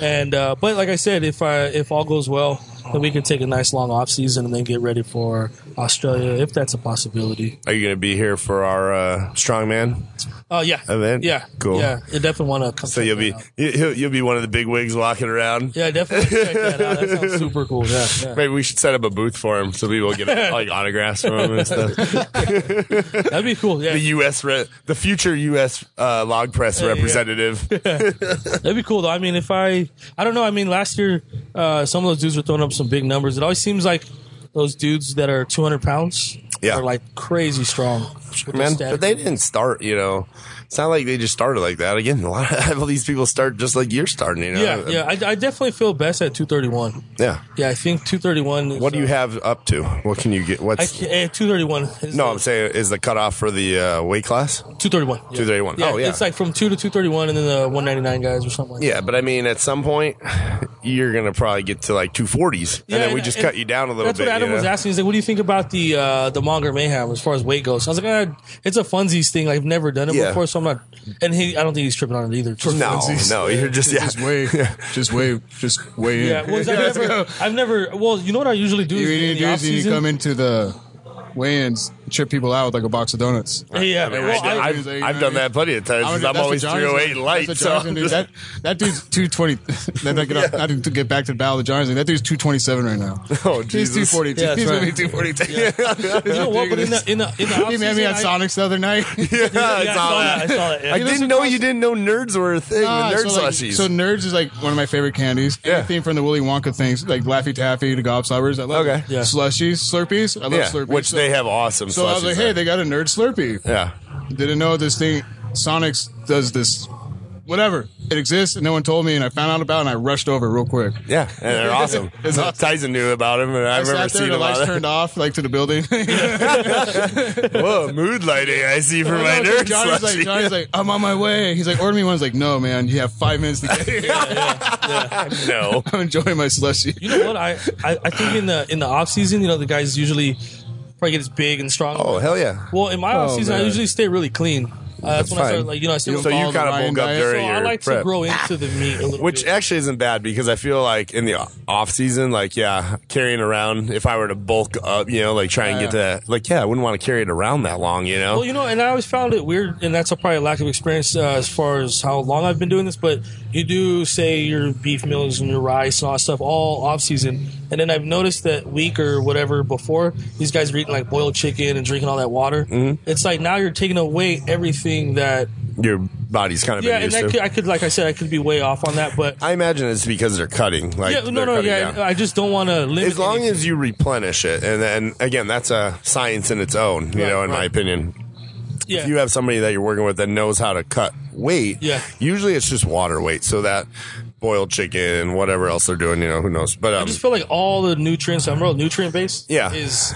A: and uh, but like I said, if I if all goes well, then we can take a nice long off season and then get ready for Australia if that's a possibility.
C: Are you going to be here for our uh, strongman?
A: Oh yeah,
C: Event?
A: Yeah,
C: Cool.
A: Yeah, you definitely want to come.
C: So you'll be you- you'll, you'll be one of the big wigs walking around.
A: Yeah, definitely check that out. That sounds super cool. Yeah, yeah.
C: Maybe we should set up a booth for him so people get like autographs from him and stuff.
A: that'd be cool. Yeah,
C: The U.S. Re- the future U.S. Uh, log press
A: you go.
C: representative.
A: That'd be cool though. I mean, if I, I don't know. I mean, last year, uh, some of those dudes were throwing up some big numbers. It always seems like those dudes that are 200 pounds
C: Yeah.
A: are like crazy strong. with
C: Man,
A: the
C: but they
A: stat.
C: didn't start. You know, it's not like they just started like that. Again, a lot of all these people start just like you're starting. You know,
A: yeah, yeah. I, I definitely feel best at 231.
C: yeah.
A: Yeah, I think 231. Is,
C: What do you
A: uh,
C: have up to? What can you get?
A: I,
C: What's
A: ca- eh, 231. Is
C: no?
A: the-
C: I'm saying is the cutoff for the uh, weight class.
A: 231. Yeah.
C: 231. Oh, yeah.
A: It's like from 2 to 231 and then the 199 guys or something like that.
C: Yeah, but I mean, at some point, you're gonna probably get to like 240s,
A: Yeah,
C: and then we just
A: and
C: cut you down a little
A: That's
C: bit.
A: what Adam
C: you know?
A: was asking. He's like, "What do you think about the uh, the Monger Mayhem as far as weight goes?" I was like, ah, "It's a funsies thing. I've never done it
C: Yeah.
A: before, so I'm not." And he, I don't think he's tripping on it either. Just
C: No,
A: funsies.
C: Oh, no, you're just yeah.
B: Just weigh, just weigh, just weigh in.
A: yeah. Well, 'cause I've, never, I've never. Well, you know what I usually do
B: You,
A: is in
B: need to do
A: the off
B: is you
A: season.
B: come into the weigh-ins, chip people out with like a box of donuts.
A: yeah,
C: I mean,
A: well, I-
C: I have I've done that plenty of times.
B: I would-
C: 'cause I'm
B: that's what
C: always
B: Johnny's
C: 308
B: doing.
C: and light.
B: That's
C: So
B: what
C: I'm
B: Johnny's doing.
C: just-
B: that, that dude's 220. then I get off, not to get back to the Battle of Johnny's. That dude's 227 right now.
C: Oh,
B: He's
C: Jesus.
B: 242.
A: Yeah, that's
B: He's
A: right.
B: going to be 242.
A: You know what? But in the in the in the off
B: He met
A: season,
B: me at
A: I-
B: Sonics the other night.
C: yeah,
A: Yeah, I
C: it's
A: saw
C: all
A: that. I saw that. Yeah.
C: I didn't know you didn't know nerds were a thing.
B: Ah,
C: the nerd
B: so, like,
C: slushies.
B: so nerds is like one of my favorite candies.
C: Yeah.
B: Anything from the Willy Wonka things, like Laffy Taffy to Gobstoppers. I love
C: Okay.
A: Yeah.
B: slushies, Slurpees. I love
C: yeah,
B: Slurpees.
C: which
B: So-
C: they have awesome.
B: So I was
C: slushies
B: like, hey,
C: there.
B: they got a nerd Slurpee.
C: yeah,
B: Didn't know this thing. Sonics does this. Whatever. It exists, and no one told me, and I found out about it, and I rushed over real quick.
C: yeah, and they're awesome.
B: It's awesome.
C: Tyson knew about them, and I,
B: I
C: remember
B: sat there
C: seeing
B: and the
C: them.
B: lights
C: on
B: turned off, like to the building.
C: Whoa, mood lighting! I see for my
B: No, 'cause
C: nerd
B: Johnny's like,
C: slushie.
B: Johnny's like, I'm on my way. He's like, order me one. I was like, no, man, you have five minutes to get here.
C: no,
B: I'm enjoying my slushie.
A: You know what? I, I I think in the in the off season, you know, the guys usually probably get as big and strong.
C: oh hell yeah.
A: Well, in my
B: Oh,
A: off season, I
B: man.
A: usually stay really clean. Uh, that's,
C: That's
A: when I started,
C: fine.
A: like you know, I stay
C: So you
B: follow the
C: kind of
B: Ryan
C: bulk up
B: diet.
C: during
A: So
C: your
A: I like
C: prep.
A: to grow into the meat a little
C: Which
A: bit.
C: actually isn't bad because I feel like in the off season, like yeah, carrying around if I were to bulk up, you know, like try and get to that, like yeah, I wouldn't want to carry it around that long, you know.
A: Well, you know, and I always found it weird, and that's a probably a lack of experience uh, as far as how long I've been doing this. But you do say your beef meals and your rice and all that stuff all off season, and then I've noticed that week or whatever before these guys are eating like boiled chicken and drinking all that water.
C: Mm-hmm.
A: It's like now you're taking away everything that
C: Your body's kind of
A: yeah,
C: been
A: and
C: used
A: that
C: to.
A: could, I could like I said I could be way off on that, but.
C: I imagine it's because they're cutting. Like
A: yeah, no,
C: they're
A: no,
C: cutting
A: yeah.
C: down.
A: I just don't want to limit.
C: as long
A: anything.
C: as you replenish it, and then again, that's a science in its own. You
A: Right,
C: know, in my
A: right.
C: opinion,
A: yeah.
C: if you have somebody that you're working with that knows how to cut weight,
A: Yeah.
C: usually it's just water weight. So that boiled chicken, whatever else they're doing, you know, who knows? But um,
A: I just feel like all the nutrients. I'm real nutrient based.
C: Yeah.
A: is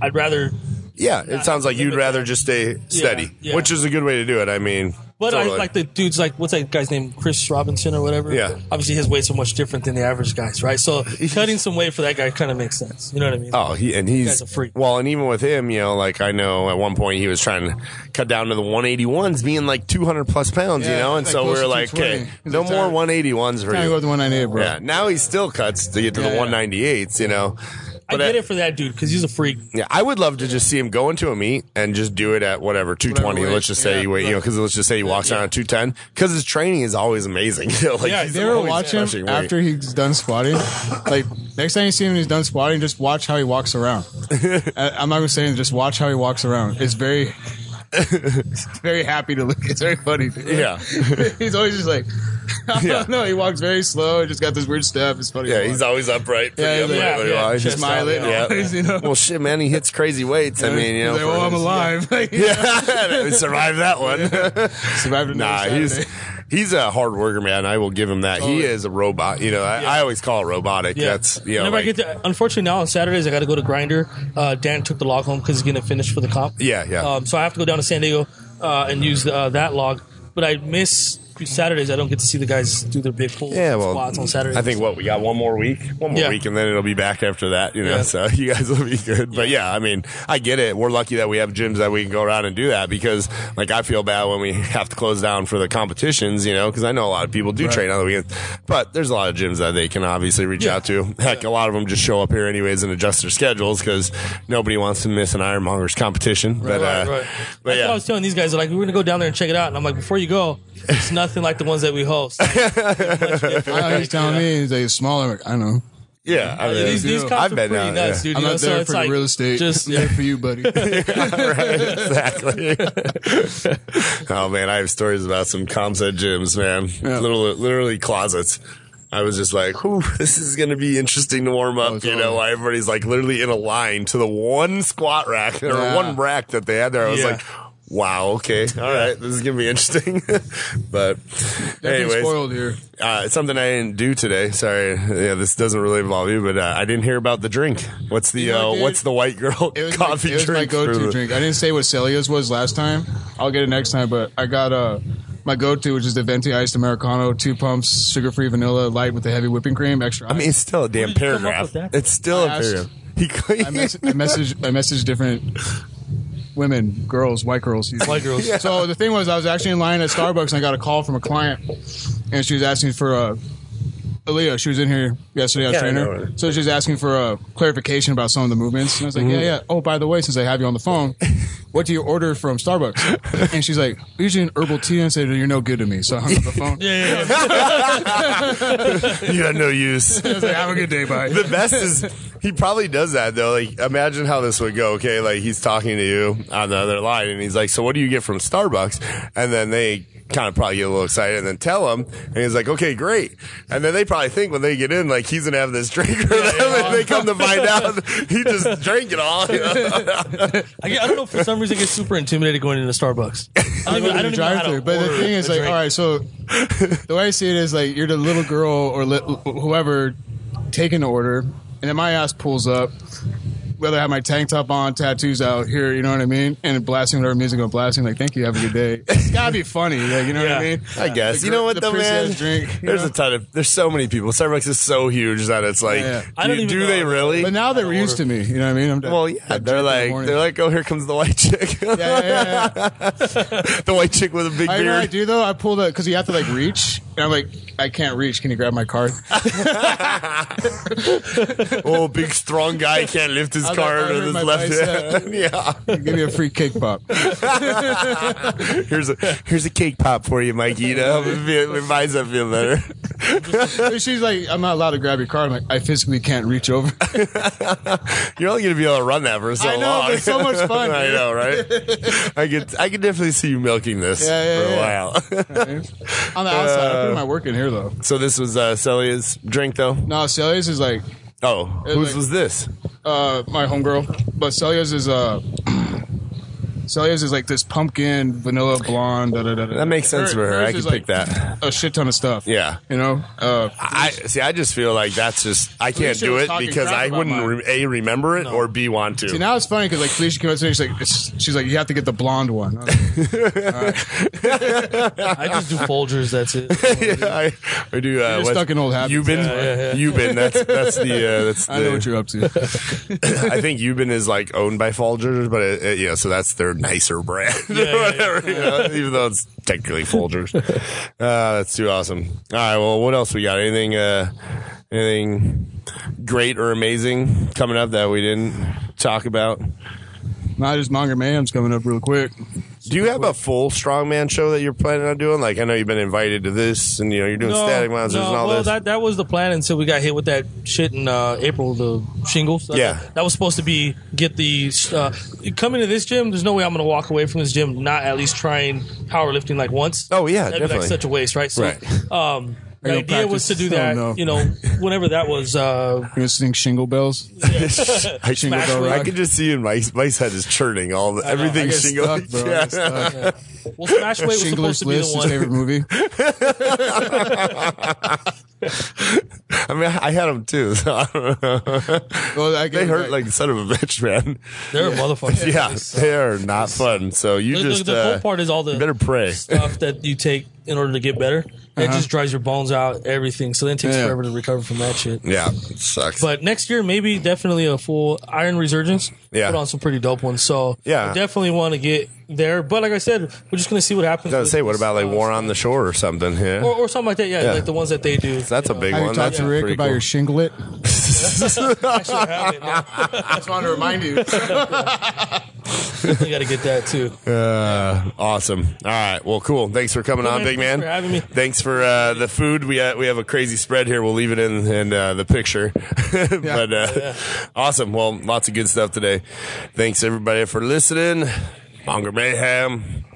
A: I'd rather
C: yeah, it sounds like you'd
A: limit
C: rather
A: that.
C: just stay steady,
A: yeah.
C: which is a good way to do it. I mean,
A: But I
D: Totally.
A: like the dudes like what's that guy's name, Chris Robinson or whatever.
C: Yeah.
A: Obviously, his weight's so much different than the average guy's, right? So cutting some weight for that guy kind of makes sense. You know what I mean?
C: Oh, he and he's
A: Guy's a freak.
C: Well, and even with him, you know, like I know at one point he was trying to cut down to the 181s, being like 200 plus pounds, you
B: Yeah,
C: know, and
B: like
C: so we
B: close
C: we're
B: to
C: like,
B: 220.
C: okay, no
B: He's
C: more
B: like,
C: 181s for
B: Trying to go
C: you.
B: with the 198, bro.
C: Yeah, now he still cuts to get to
B: Yeah, yeah.
C: the 198s, you know.
A: I get
C: I-
A: it for that dude because he's a freak.
C: Yeah, I would love to just see him go into a meet and just do it at whatever two twenty.
B: Whatever weight,
C: Let's just say
B: yeah.
C: he wait, you know, because let's just say he walks down at two ten. Because his training is always amazing. You know, like
A: Yeah,
C: he's
A: they
B: You ever
C: always
B: watch him
C: crushing weight.
B: after he's done squatting? like next time you see him, and he's done squatting. Just watch how he walks around. I, I'm not gonna say anything. Just watch how he walks around. It's very, it's very happy to look. It's very funny. dude.
C: Yeah.
B: he's always just like, I
C: Yeah.
B: don't know. He walks very slow. He Just got this weird step. It's funny.
C: Yeah,
B: to
C: he's
B: watch.
C: always upright.
B: Yeah, he's
C: Yeah, upright
B: like,
C: but he
A: yeah,
C: always-
A: chest
B: smiling.
C: Yeah.
B: always, you know.
C: Well, shit, man, he hits crazy weights. I mean, you know,
B: he's like,
C: for
B: oh, I'm
C: his-
B: alive. Like,
C: Yeah, he survived that one.
B: survived another
C: nah,
B: Saturday.
C: he's he's a hard worker, man. I will give him that. he is a robot. You know, I, I always call it robotic.
A: Yeah.
C: That's you know,
A: Whenever
C: like-
A: I get to, unfortunately now on Saturdays I got to go to Grinder. Uh, Dan took the log home because he's getting it finished for the comp.
C: Yeah, yeah.
B: Oh,
A: Um, so I have to go down to San Diego uh, and use uh, that log. But I miss Saturdays. I don't get to see the guys do their big pull
C: Yeah, well,
A: squats on Saturdays.
C: I think what we got one more week, one more
A: Yeah.
C: week, and then it'll be back after that. You know,
A: Yeah.
C: so you guys will be good. But yeah, I mean, I get it. We're lucky that we have gyms that we can go around and do that because, like, I feel bad when we have to close down for the competitions. You know, because I know a lot of people do train on the weekends, but there's a lot of gyms that they can obviously reach
A: Yeah.
C: out to. Heck, a lot of them just show up here anyways and adjust their schedules because nobody wants to miss an Ironmonger's competition. but
A: Right,
C: uh,
A: right.
C: but
A: That's
C: yeah.
A: what I was telling these guys. They're like, we're gonna go down there and check it out. And I'm like, before you go, it's nothing like the ones that we host.
B: Oh, he's telling me he's like smaller. I'm like, I know.
C: yeah, I mean,
A: these these
B: I've
A: cops are
C: been
A: pretty
C: down there,
A: nuts, dude.
B: I'm
A: you know?
B: not there
A: so
B: for
A: it's like
B: the real estate.
A: Just
B: I'm there for you, buddy.
C: right, exactly. oh man, I have stories about some comms at gyms, man. Literally, literally closets. I was just like, Whew, this is going to be interesting to warm up.
B: Oh,
C: you know,
B: totally.
C: why everybody's like literally in a line to the one squat rack or
B: Yeah.
C: one rack that they had there. I was
A: Yeah.
C: like, wow, okay, all right, this is going to be interesting. but,
B: Everything's
C: anyways,
B: spoiled here.
C: uh, something I didn't do today. Sorry, yeah, this doesn't really involve you, but uh, I didn't hear about the drink. What's the
B: know,
C: uh,
B: dude,
C: what's the white girl
B: It was
C: coffee
B: my, it was my
C: drink? for
B: go-to
C: the-
B: drink. I didn't say what Celia's was last time. I'll get it next time, but I got uh, my go-to, which is the venti iced americano, two pumps, sugar-free vanilla, light with the heavy whipping cream, extra.
C: I mean, it's still a damn
A: did you come up
C: paragraph.
A: with that?
C: It's still a
B: I asked-
C: paragraph. He,
B: I, mess- I message I message different women, girls, white girls, usually.
A: white girls.
B: So the thing was, I was actually in line at Starbucks and I got a call from a client, and she was asking for a. Aaliyah, she was in here yesterday. I was
D: Yeah, I
B: training
D: know
B: her,
D: her.
B: so she was asking for a clarification about some of the movements. And I was like, "Yeah, yeah." Oh, by the way, since I have you on the phone, what do you order from Starbucks? And she's like, "Usually an herbal tea." And I said, "You're no good to me," so I hung up the phone.
A: yeah, yeah, yeah.
C: you got no use.
B: I was like, "Have a good day, bye."
C: the best is he probably does that though. Like, imagine how this would go. Okay, like he's talking to you on the other line, and he's like, "So, what do you get from Starbucks?" And then they kind of probably get a little excited, and then tell him, and he's like, "Okay, great." And then they probably think when they get in, like he's gonna have this drink for them, and they come to find out he just drank it all. you know?
A: I, get, I don't know for some reason I get super intimidated going into Starbucks. I don't, even- I don't even know how to
B: drive-through. But the
A: order
B: thing is,
A: a
B: like,
A: drink.
B: all right, so the way I see it is, like, you're the little girl or li- whoever taking the order, and then my ass pulls up. Whether I have my tank top on, tattoos out here, you know what I mean, and blasting whatever music I'm blasting, like thank you, have a good day. It's gotta be funny, like you know
A: Yeah.
B: what I mean.
C: I guess
B: The
C: you
B: gr-
C: know what
B: the
C: though,
B: prissy
C: man.
B: ass drink, you
C: there's
B: know?
C: a ton of there's so many people. Starbucks is so huge that it's like,
B: Yeah.
A: I don't
C: you-
A: even
C: do
A: know.
C: they really?
B: But now they're used to me, you know what I mean. I'm done.
C: Well, yeah, they're like
B: morning.
C: they're like, oh, here comes the white chick,
B: yeah, yeah, yeah, yeah.
C: the white chick with a big
B: I, you know what I
C: beard.
B: do though. I pull the because you have to like reach, and I'm like, I can't reach. Can you grab my card?
C: oh, big strong guy can't lift his
B: I'll
C: card
B: never
C: with
B: hurt
C: his
B: my
C: left
B: bicep.
C: hand. yeah,
B: Give me a free cake pop.
C: here's a here's a cake pop for you, Mikey. You know, It feel- it buys up feel better.
B: But she's like, I'm not allowed to grab your card. I'm like, I physically can't reach over.
C: You're only gonna be able to run that for so
B: I know,
C: long.
B: but it's so much fun,
C: I
B: dude.
C: know, right? I could I could definitely see you milking this
B: Yeah, yeah,
C: for a
B: yeah.
C: while.
B: On the outside, I
C: Uh.
B: put my work in here though.
C: so this was uh, Celia's drink, though.
B: No, Celia's is like
C: Oh,
B: It was like-
C: whose was this?
B: uh, my homegirl, but Celia's is uh, Celia's is like this pumpkin vanilla blonde. Da, da, da, da.
C: That makes sense for her. I
B: hers is,
C: could pick
B: like,
C: that.
B: A shit ton of stuff.
C: Yeah.
B: you know. Uh,
C: I see. I just feel like that's just I can't
B: Felicia
C: do
B: was
C: it
B: talking
C: because
B: crap
C: I
B: about
C: wouldn't
B: mine.
C: re- a remember it or b want to.
B: see, now it's funny because like Felicia came up to me, she's like, it's, she's like, you have to get the blonde one. I was like,
A: I just do Folgers. That's it.
C: yeah, I, I do. Uh,
B: just
C: West-
B: stuck in old habits.
C: You've been, you've been. That's that's the. Uh, that's
B: I know what
C: the,
B: you're up to.
C: I think Euban is like owned by Folgers, but it, it- yeah, so that's their nicer brand, or whatever. You know, even though it's technically Folgers. uh, that's too awesome. All right, well, what else we got? Anything, uh, anything great or amazing coming up that we didn't talk about?
B: Not just Monger Mayhem's coming up real quick.
C: Do you have a full strongman show that you're planning on doing? Like, I know you've been invited to this, and you know you're doing static monsters and all
A: well,
C: this.
A: That, that was the plan until we got hit with that shit in uh, April, the shingles. That-
C: Yeah.
A: That was supposed to be get the. Uh, coming to this gym, there's no way I'm going to walk away from this gym not at least trying powerlifting like once.
C: Oh, yeah,
A: That'd Be
C: definitely.
A: like such a waste, right? So,
C: Right.
A: Um, the
B: gonna
A: idea was
B: practice?
A: to do
B: Oh,
A: that,
B: no.
A: you know, whenever that was. Uh,
B: You're gonna sing Shingle Bells.
C: I,
B: Shingle
A: Smash
B: Bell
A: Rock.
C: I
B: Rock.
C: could just see in Mike's Mike's head is churning all the, everything
B: get
C: shingle.
B: stuck, bro. I
C: Yeah.
B: get stuck.
A: well, Smash Weight was supposed
B: Shingler's
A: to be the
B: List, his
A: one.
B: favorite movie.
C: I mean, I had them too. So I don't know.
B: Well, I
C: They
B: get-
C: hurt like the son of a bitch, man.
A: They're a motherfucker.
C: Yeah, they are not fun. So you
A: The, the-
C: just
A: the
C: uh,
A: cool part is all the
C: you better pray.
A: stuff that you take in order to get better. It
C: Uh-huh.
A: just dries your bones out, everything. So then it takes
B: Yeah.
A: forever to recover from that shit.
C: Yeah, it sucks.
A: But next year, maybe definitely a full Iron Resurgence.
C: Yeah.
A: Put on some pretty dope ones. So
C: Yeah.
A: I definitely want to get there. But like I said, we're just going to see what happens.
C: I was
A: with
C: gonna say, what
A: this,
C: about like
A: uh,
C: War on the Shore or something? Yeah,
A: Or, or something like that. Yeah,
C: Yeah.
A: like the ones that they do.
C: that's a
A: you know.
C: big
B: Have you
C: one.
B: talked
C: That's
B: to Rick
C: pretty
B: about your shinglet?
A: I have it now.
B: I just wanted to remind you.
A: You got to get that too.
C: Uh, awesome. All right. Well, cool. Thanks for coming on,
A: man.
C: big
A: Thanks
C: man.
A: for having me.
C: Thanks for uh, the food. We uh, we have a crazy spread here. We'll leave it in in uh, the picture. but uh, awesome. Well, lots of good stuff today. Thanks everybody for listening. Monger Mayhem.